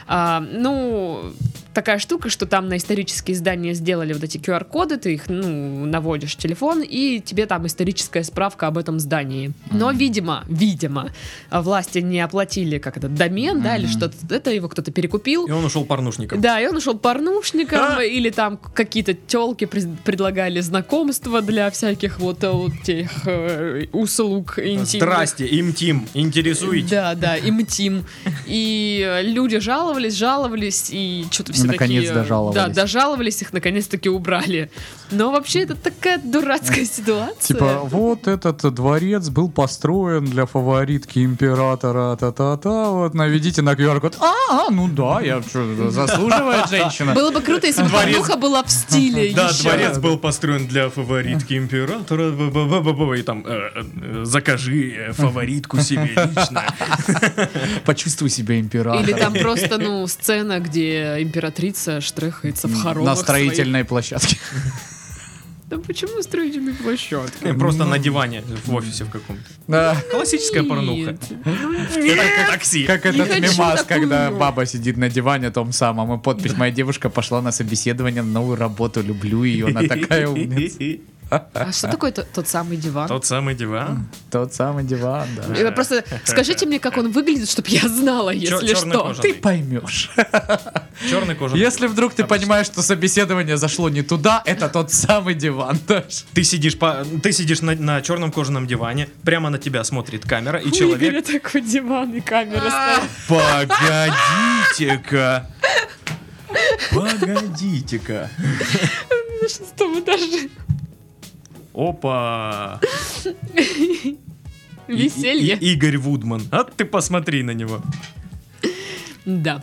[SPEAKER 3] А, ну, такая штука, что там на исторические здания сделали вот эти QR-коды, ты их, ну, наводишь в телефон, и тебе там историческая справка об этом здании. Но, видимо, видимо, а, власти не оплатили, как это, домен, да, или
[SPEAKER 2] Мгм.
[SPEAKER 3] что-то, это его кто-то перекупил.
[SPEAKER 1] И он ушел порнушником.
[SPEAKER 3] Да, и он ушел порнушником,
[SPEAKER 1] А!
[SPEAKER 3] или там какие-то телки през- предлагали знакомства для всяких вот, э, вот тех э, услуг интимных.
[SPEAKER 1] Здрасте, интим, интересуете?
[SPEAKER 3] Да, да, им тим. И э, люди жаловались, жаловались, и что-то все
[SPEAKER 2] Наконец
[SPEAKER 3] такие...
[SPEAKER 2] дожаловались.
[SPEAKER 3] Да, дожаловались, их наконец-таки убрали. Но вообще это такая дурацкая ситуация.
[SPEAKER 2] Типа, вот этот дворец был построен для фаворитки императора, та-та-та, вот наведите на QR-код. А, а, ну да, я что, заслуживает женщина.
[SPEAKER 3] Было бы круто, если бы
[SPEAKER 1] Дворец.
[SPEAKER 3] порнуха была в стиле
[SPEAKER 1] Да,
[SPEAKER 3] еще.
[SPEAKER 1] дворец был построен для фаворитки императора. б-б-б-б-б, И там э, э, закажи э, фаворитку себе лично.
[SPEAKER 2] Почувствуй себя императором.
[SPEAKER 3] Или там просто, ну, сцена, где императрица штрыхается в хоромах
[SPEAKER 2] На строительной площадке.
[SPEAKER 3] своих. Да почему строительный площадке?
[SPEAKER 1] Э, Просто на диване в офисе в каком-то.
[SPEAKER 2] Да.
[SPEAKER 1] Классическая порнуха.
[SPEAKER 3] Нет. Ну,
[SPEAKER 1] Это такси.
[SPEAKER 2] Как
[SPEAKER 3] Не
[SPEAKER 2] этот
[SPEAKER 3] хочу
[SPEAKER 2] мемас,
[SPEAKER 3] такую.
[SPEAKER 2] когда баба сидит на диване том самом, и подпись «Моя девушка пошла на собеседование на новую работу, люблю ее, она такая умница».
[SPEAKER 3] А что такое то- тот самый диван?
[SPEAKER 1] Тот самый диван.
[SPEAKER 2] Тот самый диван, да.
[SPEAKER 3] Э, Просто скажите мне, как он выглядит, чтобы я знала, если
[SPEAKER 1] черный
[SPEAKER 3] что.
[SPEAKER 1] кожаный.
[SPEAKER 2] Ты поймешь.
[SPEAKER 1] Черный кожаный.
[SPEAKER 2] Если вдруг ты
[SPEAKER 1] Обычно.
[SPEAKER 2] понимаешь, что собеседование зашло не туда, это тот самый диван даже.
[SPEAKER 1] Ты сидишь, по, ты сидишь на, черном кожаном диване, прямо на тебя смотрит камера, и человек...
[SPEAKER 3] такой диван и камера
[SPEAKER 2] А.
[SPEAKER 3] стоит.
[SPEAKER 1] Погодите-ка! Погодите-ка!
[SPEAKER 3] На шестом этаже.
[SPEAKER 1] Опа! И-
[SPEAKER 3] Веселье.
[SPEAKER 1] и- Игорь Вудман. А ты посмотри на него.
[SPEAKER 3] Да.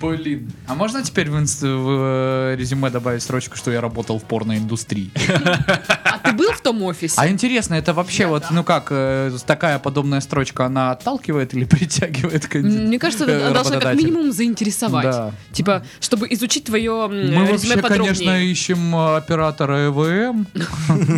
[SPEAKER 2] Блин. А можно теперь в, инст- в, э, резюме добавить строчку, что я работал в порноиндустрии?
[SPEAKER 3] А ты был в том офисе?
[SPEAKER 2] А интересно, это вообще вот, ну как, э, такая подобная строчка, она отталкивает или притягивает
[SPEAKER 3] М,
[SPEAKER 2] кандидата?
[SPEAKER 3] Мне кажется, это должно как минимум заинтересовать.
[SPEAKER 2] э, Да.
[SPEAKER 3] Типа, чтобы изучить твое
[SPEAKER 2] Мы вообще,
[SPEAKER 3] э, резюме
[SPEAKER 2] конечно,
[SPEAKER 3] подробнее.
[SPEAKER 2] ищем э, оператора ЭВМ,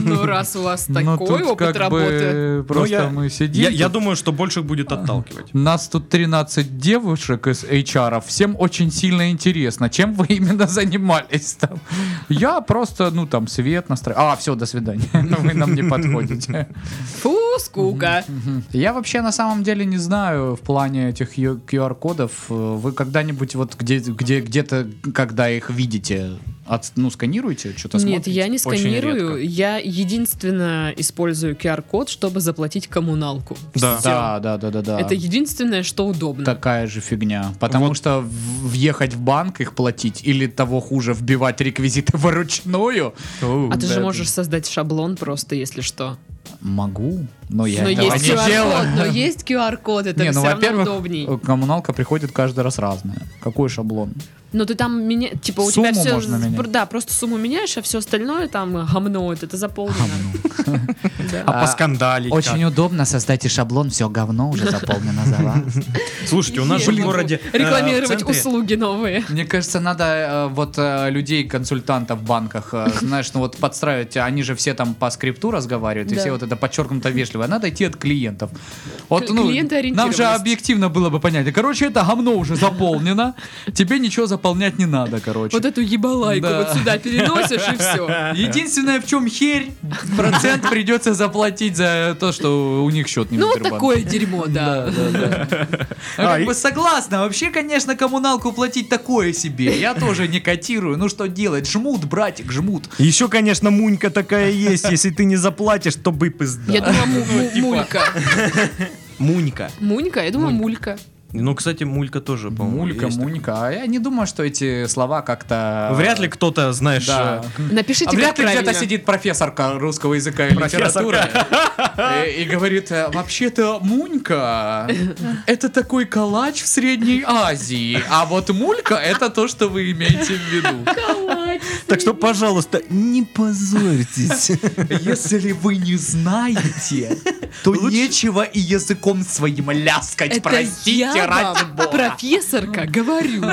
[SPEAKER 3] Ну, раз у вас
[SPEAKER 2] но
[SPEAKER 3] такой
[SPEAKER 2] тут
[SPEAKER 3] опыт
[SPEAKER 2] как
[SPEAKER 3] работы.
[SPEAKER 2] бы
[SPEAKER 1] Ну,
[SPEAKER 2] просто
[SPEAKER 1] я-
[SPEAKER 2] мы сидим.
[SPEAKER 1] Я, я
[SPEAKER 2] тут.
[SPEAKER 1] думаю, что больше будет отталкивать.
[SPEAKER 2] Нас тут 13 девушек из HR, -ов. всем очень сильно интересно, чем вы именно занимались там. Я просто, ну там, свет настроил. А, все, до свидания, вы нам не подходите.
[SPEAKER 3] Фу, скука.
[SPEAKER 2] Мгм. Я вообще на самом деле не знаю в плане этих ю- QR-кодов. э, Вы когда-нибудь вот где- где- где-то, когда их видите, от- ну, сканируете, что-то
[SPEAKER 3] Нет,
[SPEAKER 2] смотрите?
[SPEAKER 3] я не
[SPEAKER 1] Очень
[SPEAKER 3] сканирую.
[SPEAKER 1] редко.
[SPEAKER 3] Я единственно использую QR-код, чтобы заплатить коммуналку.
[SPEAKER 1] Да.
[SPEAKER 3] Всё.
[SPEAKER 2] Да, да, да, да, да.
[SPEAKER 3] Это единственное, что удобно.
[SPEAKER 2] такая же фигня. Потому что в- въехать в банк их платить или того хуже вбивать реквизиты вручную.
[SPEAKER 3] А ты
[SPEAKER 2] Да,
[SPEAKER 3] же
[SPEAKER 2] это-
[SPEAKER 3] можешь создать шаблон просто, если что.
[SPEAKER 2] Могу, но Ну, я
[SPEAKER 3] но,
[SPEAKER 2] этого
[SPEAKER 3] есть
[SPEAKER 2] не делаю.
[SPEAKER 3] QR-код, но есть QR-код, это
[SPEAKER 2] Не, ну,
[SPEAKER 3] все равно
[SPEAKER 2] во-первых,
[SPEAKER 3] удобней.
[SPEAKER 2] коммуналка приходит каждый раз разная. Какой шаблон?
[SPEAKER 3] Но ты там меня, типа у
[SPEAKER 2] Сумму
[SPEAKER 3] тебя все,
[SPEAKER 2] можно менять.
[SPEAKER 3] да, просто сумму меняешь, а все остальное там э, гамно, это, это заполнено. Да.
[SPEAKER 1] А поскандалить
[SPEAKER 2] Очень удобно создать и шаблон, все говно уже заполнено за вас.
[SPEAKER 1] как? Слушайте,
[SPEAKER 2] А
[SPEAKER 1] у нас же в
[SPEAKER 3] Блин,
[SPEAKER 1] городе... э, в
[SPEAKER 3] рекламировать
[SPEAKER 1] центре-
[SPEAKER 3] услуги новые.
[SPEAKER 2] Мне кажется, надо э, вот э, людей, консультантов в банках, э, знаешь, ну вот подстраивать. Они же все там по скрипту разговаривают, и
[SPEAKER 3] Да.
[SPEAKER 2] все вот это подчеркнуто вежливое, надо идти от клиентов. Вот,
[SPEAKER 3] Кли-
[SPEAKER 2] ну, нам
[SPEAKER 3] клиентоориентированность.
[SPEAKER 2] же объективно было бы понятно. Короче, это говно уже заполнено, тебе ничего заполнять не надо, короче.
[SPEAKER 3] Вот эту ебалайку
[SPEAKER 2] Да.
[SPEAKER 3] вот сюда переносишь и все.
[SPEAKER 2] Единственное, в чем херь, процент придется заплатить за то, что у них счет не
[SPEAKER 3] Ну вот
[SPEAKER 2] Сбербанк.
[SPEAKER 3] такое дерьмо,
[SPEAKER 2] Да,
[SPEAKER 3] да.
[SPEAKER 2] да, да.
[SPEAKER 1] А,
[SPEAKER 2] Я как
[SPEAKER 1] и-
[SPEAKER 2] бы согласна. Вообще, конечно, коммуналку платить такое себе. Я тоже не котирую. Ну что делать? Жмут, братик, жмут.
[SPEAKER 1] Еще, конечно, мунька такая есть. Если ты не заплатишь, то бы пизда.
[SPEAKER 3] Я думала, му- му-
[SPEAKER 2] Типа.
[SPEAKER 3] мулька.
[SPEAKER 1] Мунька.
[SPEAKER 3] Мунька? Я думала, мулька.
[SPEAKER 1] Ну, кстати, мулька тоже, по-моему.
[SPEAKER 2] Мулька,
[SPEAKER 1] есть
[SPEAKER 2] мунька. А Я не думаю, что эти слова как-то...
[SPEAKER 1] такая. Вряд ли кто-то, знаешь,
[SPEAKER 2] Да. А
[SPEAKER 3] Напишите,
[SPEAKER 2] вряд
[SPEAKER 3] как
[SPEAKER 2] ли где-то
[SPEAKER 3] правильно.
[SPEAKER 2] сидит профессорка русского языка и литературы и, и говорит, э, вообще-то Мунька — это такой калач в Средней Азии, а вот Мулька — это то, что вы имеете в виду.
[SPEAKER 1] э, так что, пожалуйста, не позорьтесь.
[SPEAKER 2] Если вы не знаете, то нечего и языком своим ляскать,
[SPEAKER 3] Это
[SPEAKER 2] простите,
[SPEAKER 3] я
[SPEAKER 2] ради
[SPEAKER 3] вам,
[SPEAKER 2] бога.
[SPEAKER 3] профессорка, говорю.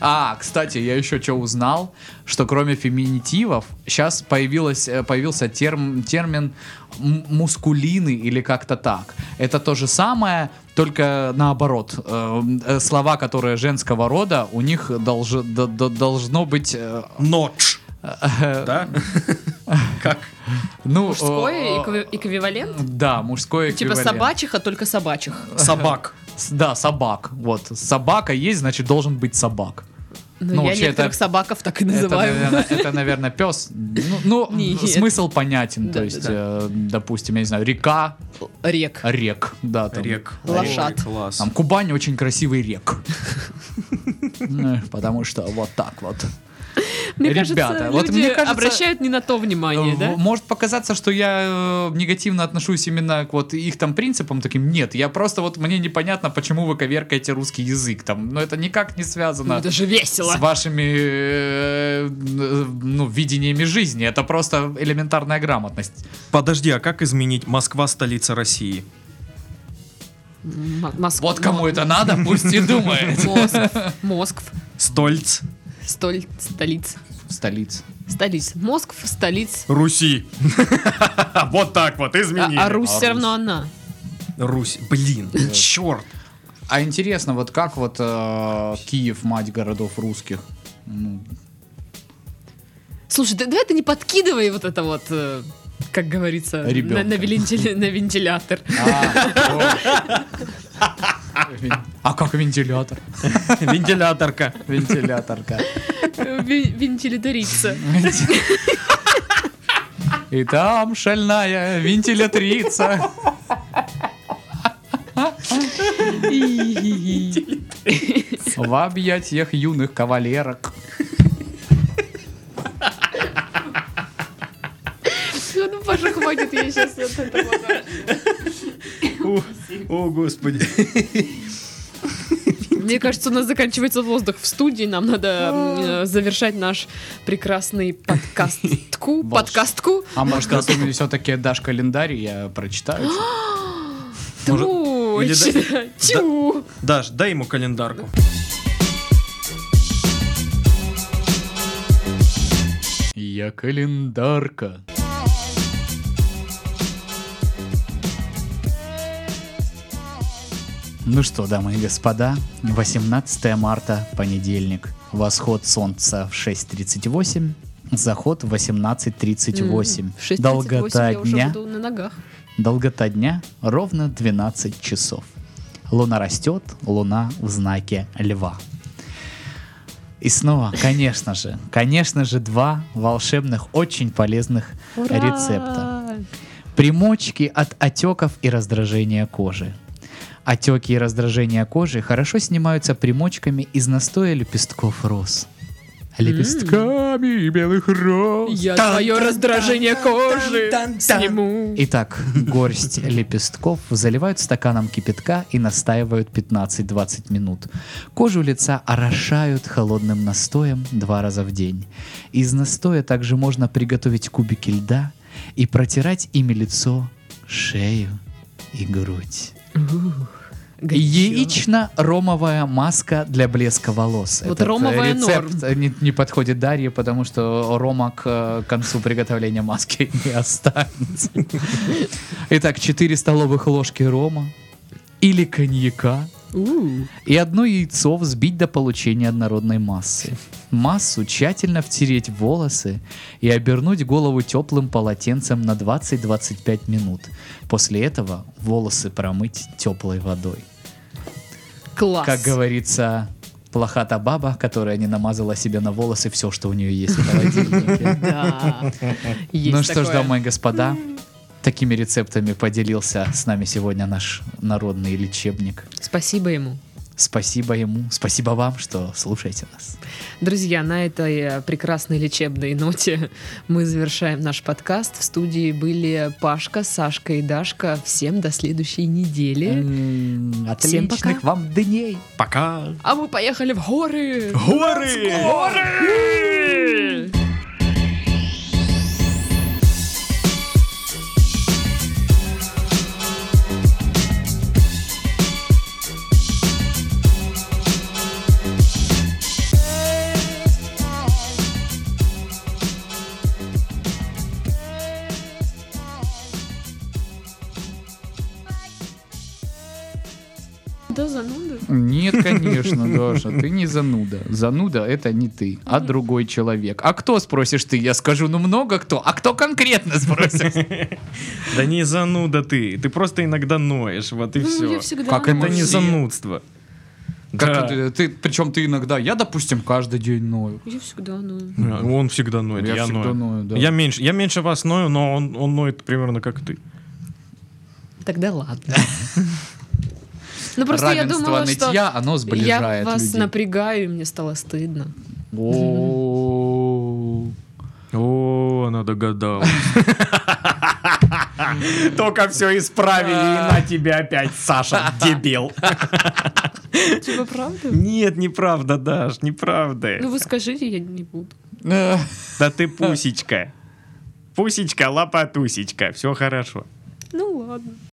[SPEAKER 2] А, кстати, я еще что узнал, что кроме феминитивов сейчас появилось, э, появился терм- термин м- мускулины или как-то так. Это то же самое, только наоборот. Э, э, Слова, которые женского рода, у них долж- д- д- должно быть... э,
[SPEAKER 1] Ночь.
[SPEAKER 2] э,
[SPEAKER 1] Да?
[SPEAKER 2] Ну,
[SPEAKER 3] Мужское
[SPEAKER 2] э,
[SPEAKER 3] экви- эквивалент?
[SPEAKER 2] Да, мужское
[SPEAKER 3] Типа
[SPEAKER 2] эквивалент.
[SPEAKER 3] собачиха, только собачих.
[SPEAKER 1] Собак.
[SPEAKER 2] С- Да, собак. Вот. Собака есть, значит, должен быть собак.
[SPEAKER 3] Ну,
[SPEAKER 2] Ну,
[SPEAKER 3] я
[SPEAKER 2] вообще
[SPEAKER 3] некоторых
[SPEAKER 2] это-
[SPEAKER 3] собаков так и
[SPEAKER 2] Это,
[SPEAKER 3] называю.
[SPEAKER 2] наверное, это, наверное, пес. Ну, ну,
[SPEAKER 3] Нет.
[SPEAKER 2] смысл понятен.
[SPEAKER 3] Да,
[SPEAKER 2] То
[SPEAKER 3] да,
[SPEAKER 2] есть,
[SPEAKER 3] да.
[SPEAKER 2] э, допустим, я не знаю, река,
[SPEAKER 3] Рек.
[SPEAKER 2] рек. Да, там.
[SPEAKER 1] Рек.
[SPEAKER 3] Лошад.
[SPEAKER 1] Ой, Класс.
[SPEAKER 2] Там Кубань очень красивый рек. Ну, Потому что вот так вот.
[SPEAKER 3] Мне
[SPEAKER 2] Ребята,
[SPEAKER 3] кажется,
[SPEAKER 2] вот
[SPEAKER 3] люди
[SPEAKER 2] мне кажется-
[SPEAKER 3] обращают не на то внимание,
[SPEAKER 2] В-
[SPEAKER 3] да?
[SPEAKER 2] Э, Может показаться, что я э, негативно отношусь именно к вот их там принципам таким. Нет, я просто вот мне непонятно, почему вы коверкаете русский язык там. Но это никак не
[SPEAKER 3] Ну,
[SPEAKER 2] связано.
[SPEAKER 3] Это же весело.
[SPEAKER 2] с вашими э, ну, видениями жизни. Это просто элементарная грамотность.
[SPEAKER 1] Подожди, а как изменить Москва столица России?
[SPEAKER 3] М- Моск-
[SPEAKER 2] Вот кому это надо, пусть и думает.
[SPEAKER 3] Моск- Москв.
[SPEAKER 1] Стольц
[SPEAKER 3] Столь... Столиц.
[SPEAKER 2] Столица.
[SPEAKER 3] Столиц. Москв, столиц.
[SPEAKER 1] Руси. Вот так вот
[SPEAKER 3] А,
[SPEAKER 1] изменили.
[SPEAKER 3] а Русь
[SPEAKER 2] А
[SPEAKER 3] все
[SPEAKER 2] Русь?
[SPEAKER 3] равно она.
[SPEAKER 1] Русь. Блин, черт.
[SPEAKER 2] А интересно, вот как вот э, Киев, мать городов русских? Ну,
[SPEAKER 3] Слушай, да- давай ты не подкидывай вот это вот, э, как говорится, на,
[SPEAKER 2] Ребенка.
[SPEAKER 3] на вентиля- на вентилятор.
[SPEAKER 2] а, о. А как вентилятор?
[SPEAKER 1] Вентиляторка.
[SPEAKER 2] Вентиляторка.
[SPEAKER 3] Ве- Вентиляторица.
[SPEAKER 2] И там шальная вентилятрица. В объятиях юных кавалерок.
[SPEAKER 3] Всё, Ну, Паша, хватит, я сейчас вот это вот.
[SPEAKER 1] О, о, господи.
[SPEAKER 3] Мне кажется, у нас заканчивается воздух в студии. Нам надо м, э, завершать наш прекрасный подкастку.
[SPEAKER 2] Волш-
[SPEAKER 3] Подкастку.
[SPEAKER 2] А может, ты мне все-таки дашь календарь, и я прочитаю?
[SPEAKER 1] А Может,
[SPEAKER 3] Точно.
[SPEAKER 1] или да-
[SPEAKER 3] Тю.
[SPEAKER 1] Даш, дай ему календарку.
[SPEAKER 2] Я календарка. Ну что, дамы и господа, 18 марта, понедельник. Восход солнца в 6.38, заход в 18.38.
[SPEAKER 3] М, в 6:38
[SPEAKER 2] Долгота
[SPEAKER 3] я уже
[SPEAKER 2] дня
[SPEAKER 3] буду на ногах.
[SPEAKER 2] Долгота дня ровно 12 часов. Луна растет, луна в знаке льва. И снова, конечно же, конечно же, два волшебных, очень полезных
[SPEAKER 3] Ура!
[SPEAKER 2] рецепта. Примочки от отеков и раздражения кожи. Отеки и раздражения кожи хорошо снимаются примочками из настоя лепестков роз. Лепестками белых роз.
[SPEAKER 3] Я твое раздражение кожи сниму.
[SPEAKER 2] Итак, горсть лепестков заливают стаканом кипятка и настаивают 15-20 минут. Кожу лица орошают холодным настоем два раза в день. Из настоя также можно приготовить кубики льда и протирать ими лицо, шею и грудь.
[SPEAKER 3] Горячо.
[SPEAKER 2] Яично-ромовая маска для блеска волос. э,
[SPEAKER 3] Вот ромовая
[SPEAKER 2] рецепт э, не, не подходит Дарье, потому что рома к э, концу приготовления маски не останется. Итак, 4 столовых ложки рома или коньяка
[SPEAKER 3] У.
[SPEAKER 2] и одно яйцо взбить до получения однородной массы. Массу тщательно втереть в волосы и обернуть голову теплым полотенцем на 20-25 минут. После этого волосы промыть теплой водой.
[SPEAKER 3] Класс.
[SPEAKER 2] Как говорится, плоха та баба, которая не намазала себе на волосы все, что у нее есть в холодильнике.
[SPEAKER 3] Да. Есть
[SPEAKER 2] ну что ж,
[SPEAKER 3] такое.
[SPEAKER 2] дамы и господа, такими рецептами поделился с нами сегодня наш народный лечебник.
[SPEAKER 3] Спасибо ему.
[SPEAKER 2] Спасибо ему, спасибо вам, что слушаете нас.
[SPEAKER 3] Друзья, на этой э, прекрасной лечебной ноте мы завершаем наш подкаст. В студии были Пашка, Сашка и Дашка. Всем до следующей
[SPEAKER 2] Эм.
[SPEAKER 3] недели.
[SPEAKER 2] М,
[SPEAKER 3] Всем
[SPEAKER 2] Отличных
[SPEAKER 3] пока.
[SPEAKER 2] вам дней!
[SPEAKER 1] Пока.
[SPEAKER 3] А мы поехали в горы!
[SPEAKER 1] Горы!
[SPEAKER 3] Да, зануда.
[SPEAKER 2] Нет, конечно, Даша, ты не зануда. Зануда это не ты, а другой человек. А кто, спросишь ты? Я скажу, ну много кто. А кто конкретно, спросишь?
[SPEAKER 1] Да не зануда ты. Ты просто иногда ноешь, вот и
[SPEAKER 3] Ну,
[SPEAKER 1] все.
[SPEAKER 3] я всегда...
[SPEAKER 2] Как
[SPEAKER 1] Это
[SPEAKER 2] Мы
[SPEAKER 1] не
[SPEAKER 2] все.
[SPEAKER 1] занудство. Да.
[SPEAKER 2] Как ты, ты- причем ты иногда, я, допустим, каждый день ною.
[SPEAKER 3] Я всегда, ну...
[SPEAKER 1] А, Он всегда ноет,
[SPEAKER 2] Я
[SPEAKER 1] я,
[SPEAKER 2] всегда
[SPEAKER 1] ною.
[SPEAKER 2] ною, да.
[SPEAKER 1] Я меньше, я меньше вас ною, но он, он ноет примерно как ты.
[SPEAKER 3] Тогда ладно. Ну просто я
[SPEAKER 2] Равенство
[SPEAKER 3] думала, что
[SPEAKER 2] нытья, оно
[SPEAKER 3] я
[SPEAKER 2] сближает
[SPEAKER 3] вас
[SPEAKER 2] людей.
[SPEAKER 3] напрягаю, и мне стало стыдно.
[SPEAKER 2] О.
[SPEAKER 1] О, она догадалась. Только все исправили, и на тебе опять, Саша, дебил.
[SPEAKER 3] Типа правда?
[SPEAKER 1] Нет, неправда, Даш, неправда.
[SPEAKER 3] Ну вы скажите, я не буду.
[SPEAKER 2] Э.
[SPEAKER 1] Да ты пусечка. Пусечка, лопатусечка, все хорошо.
[SPEAKER 3] Ну ладно.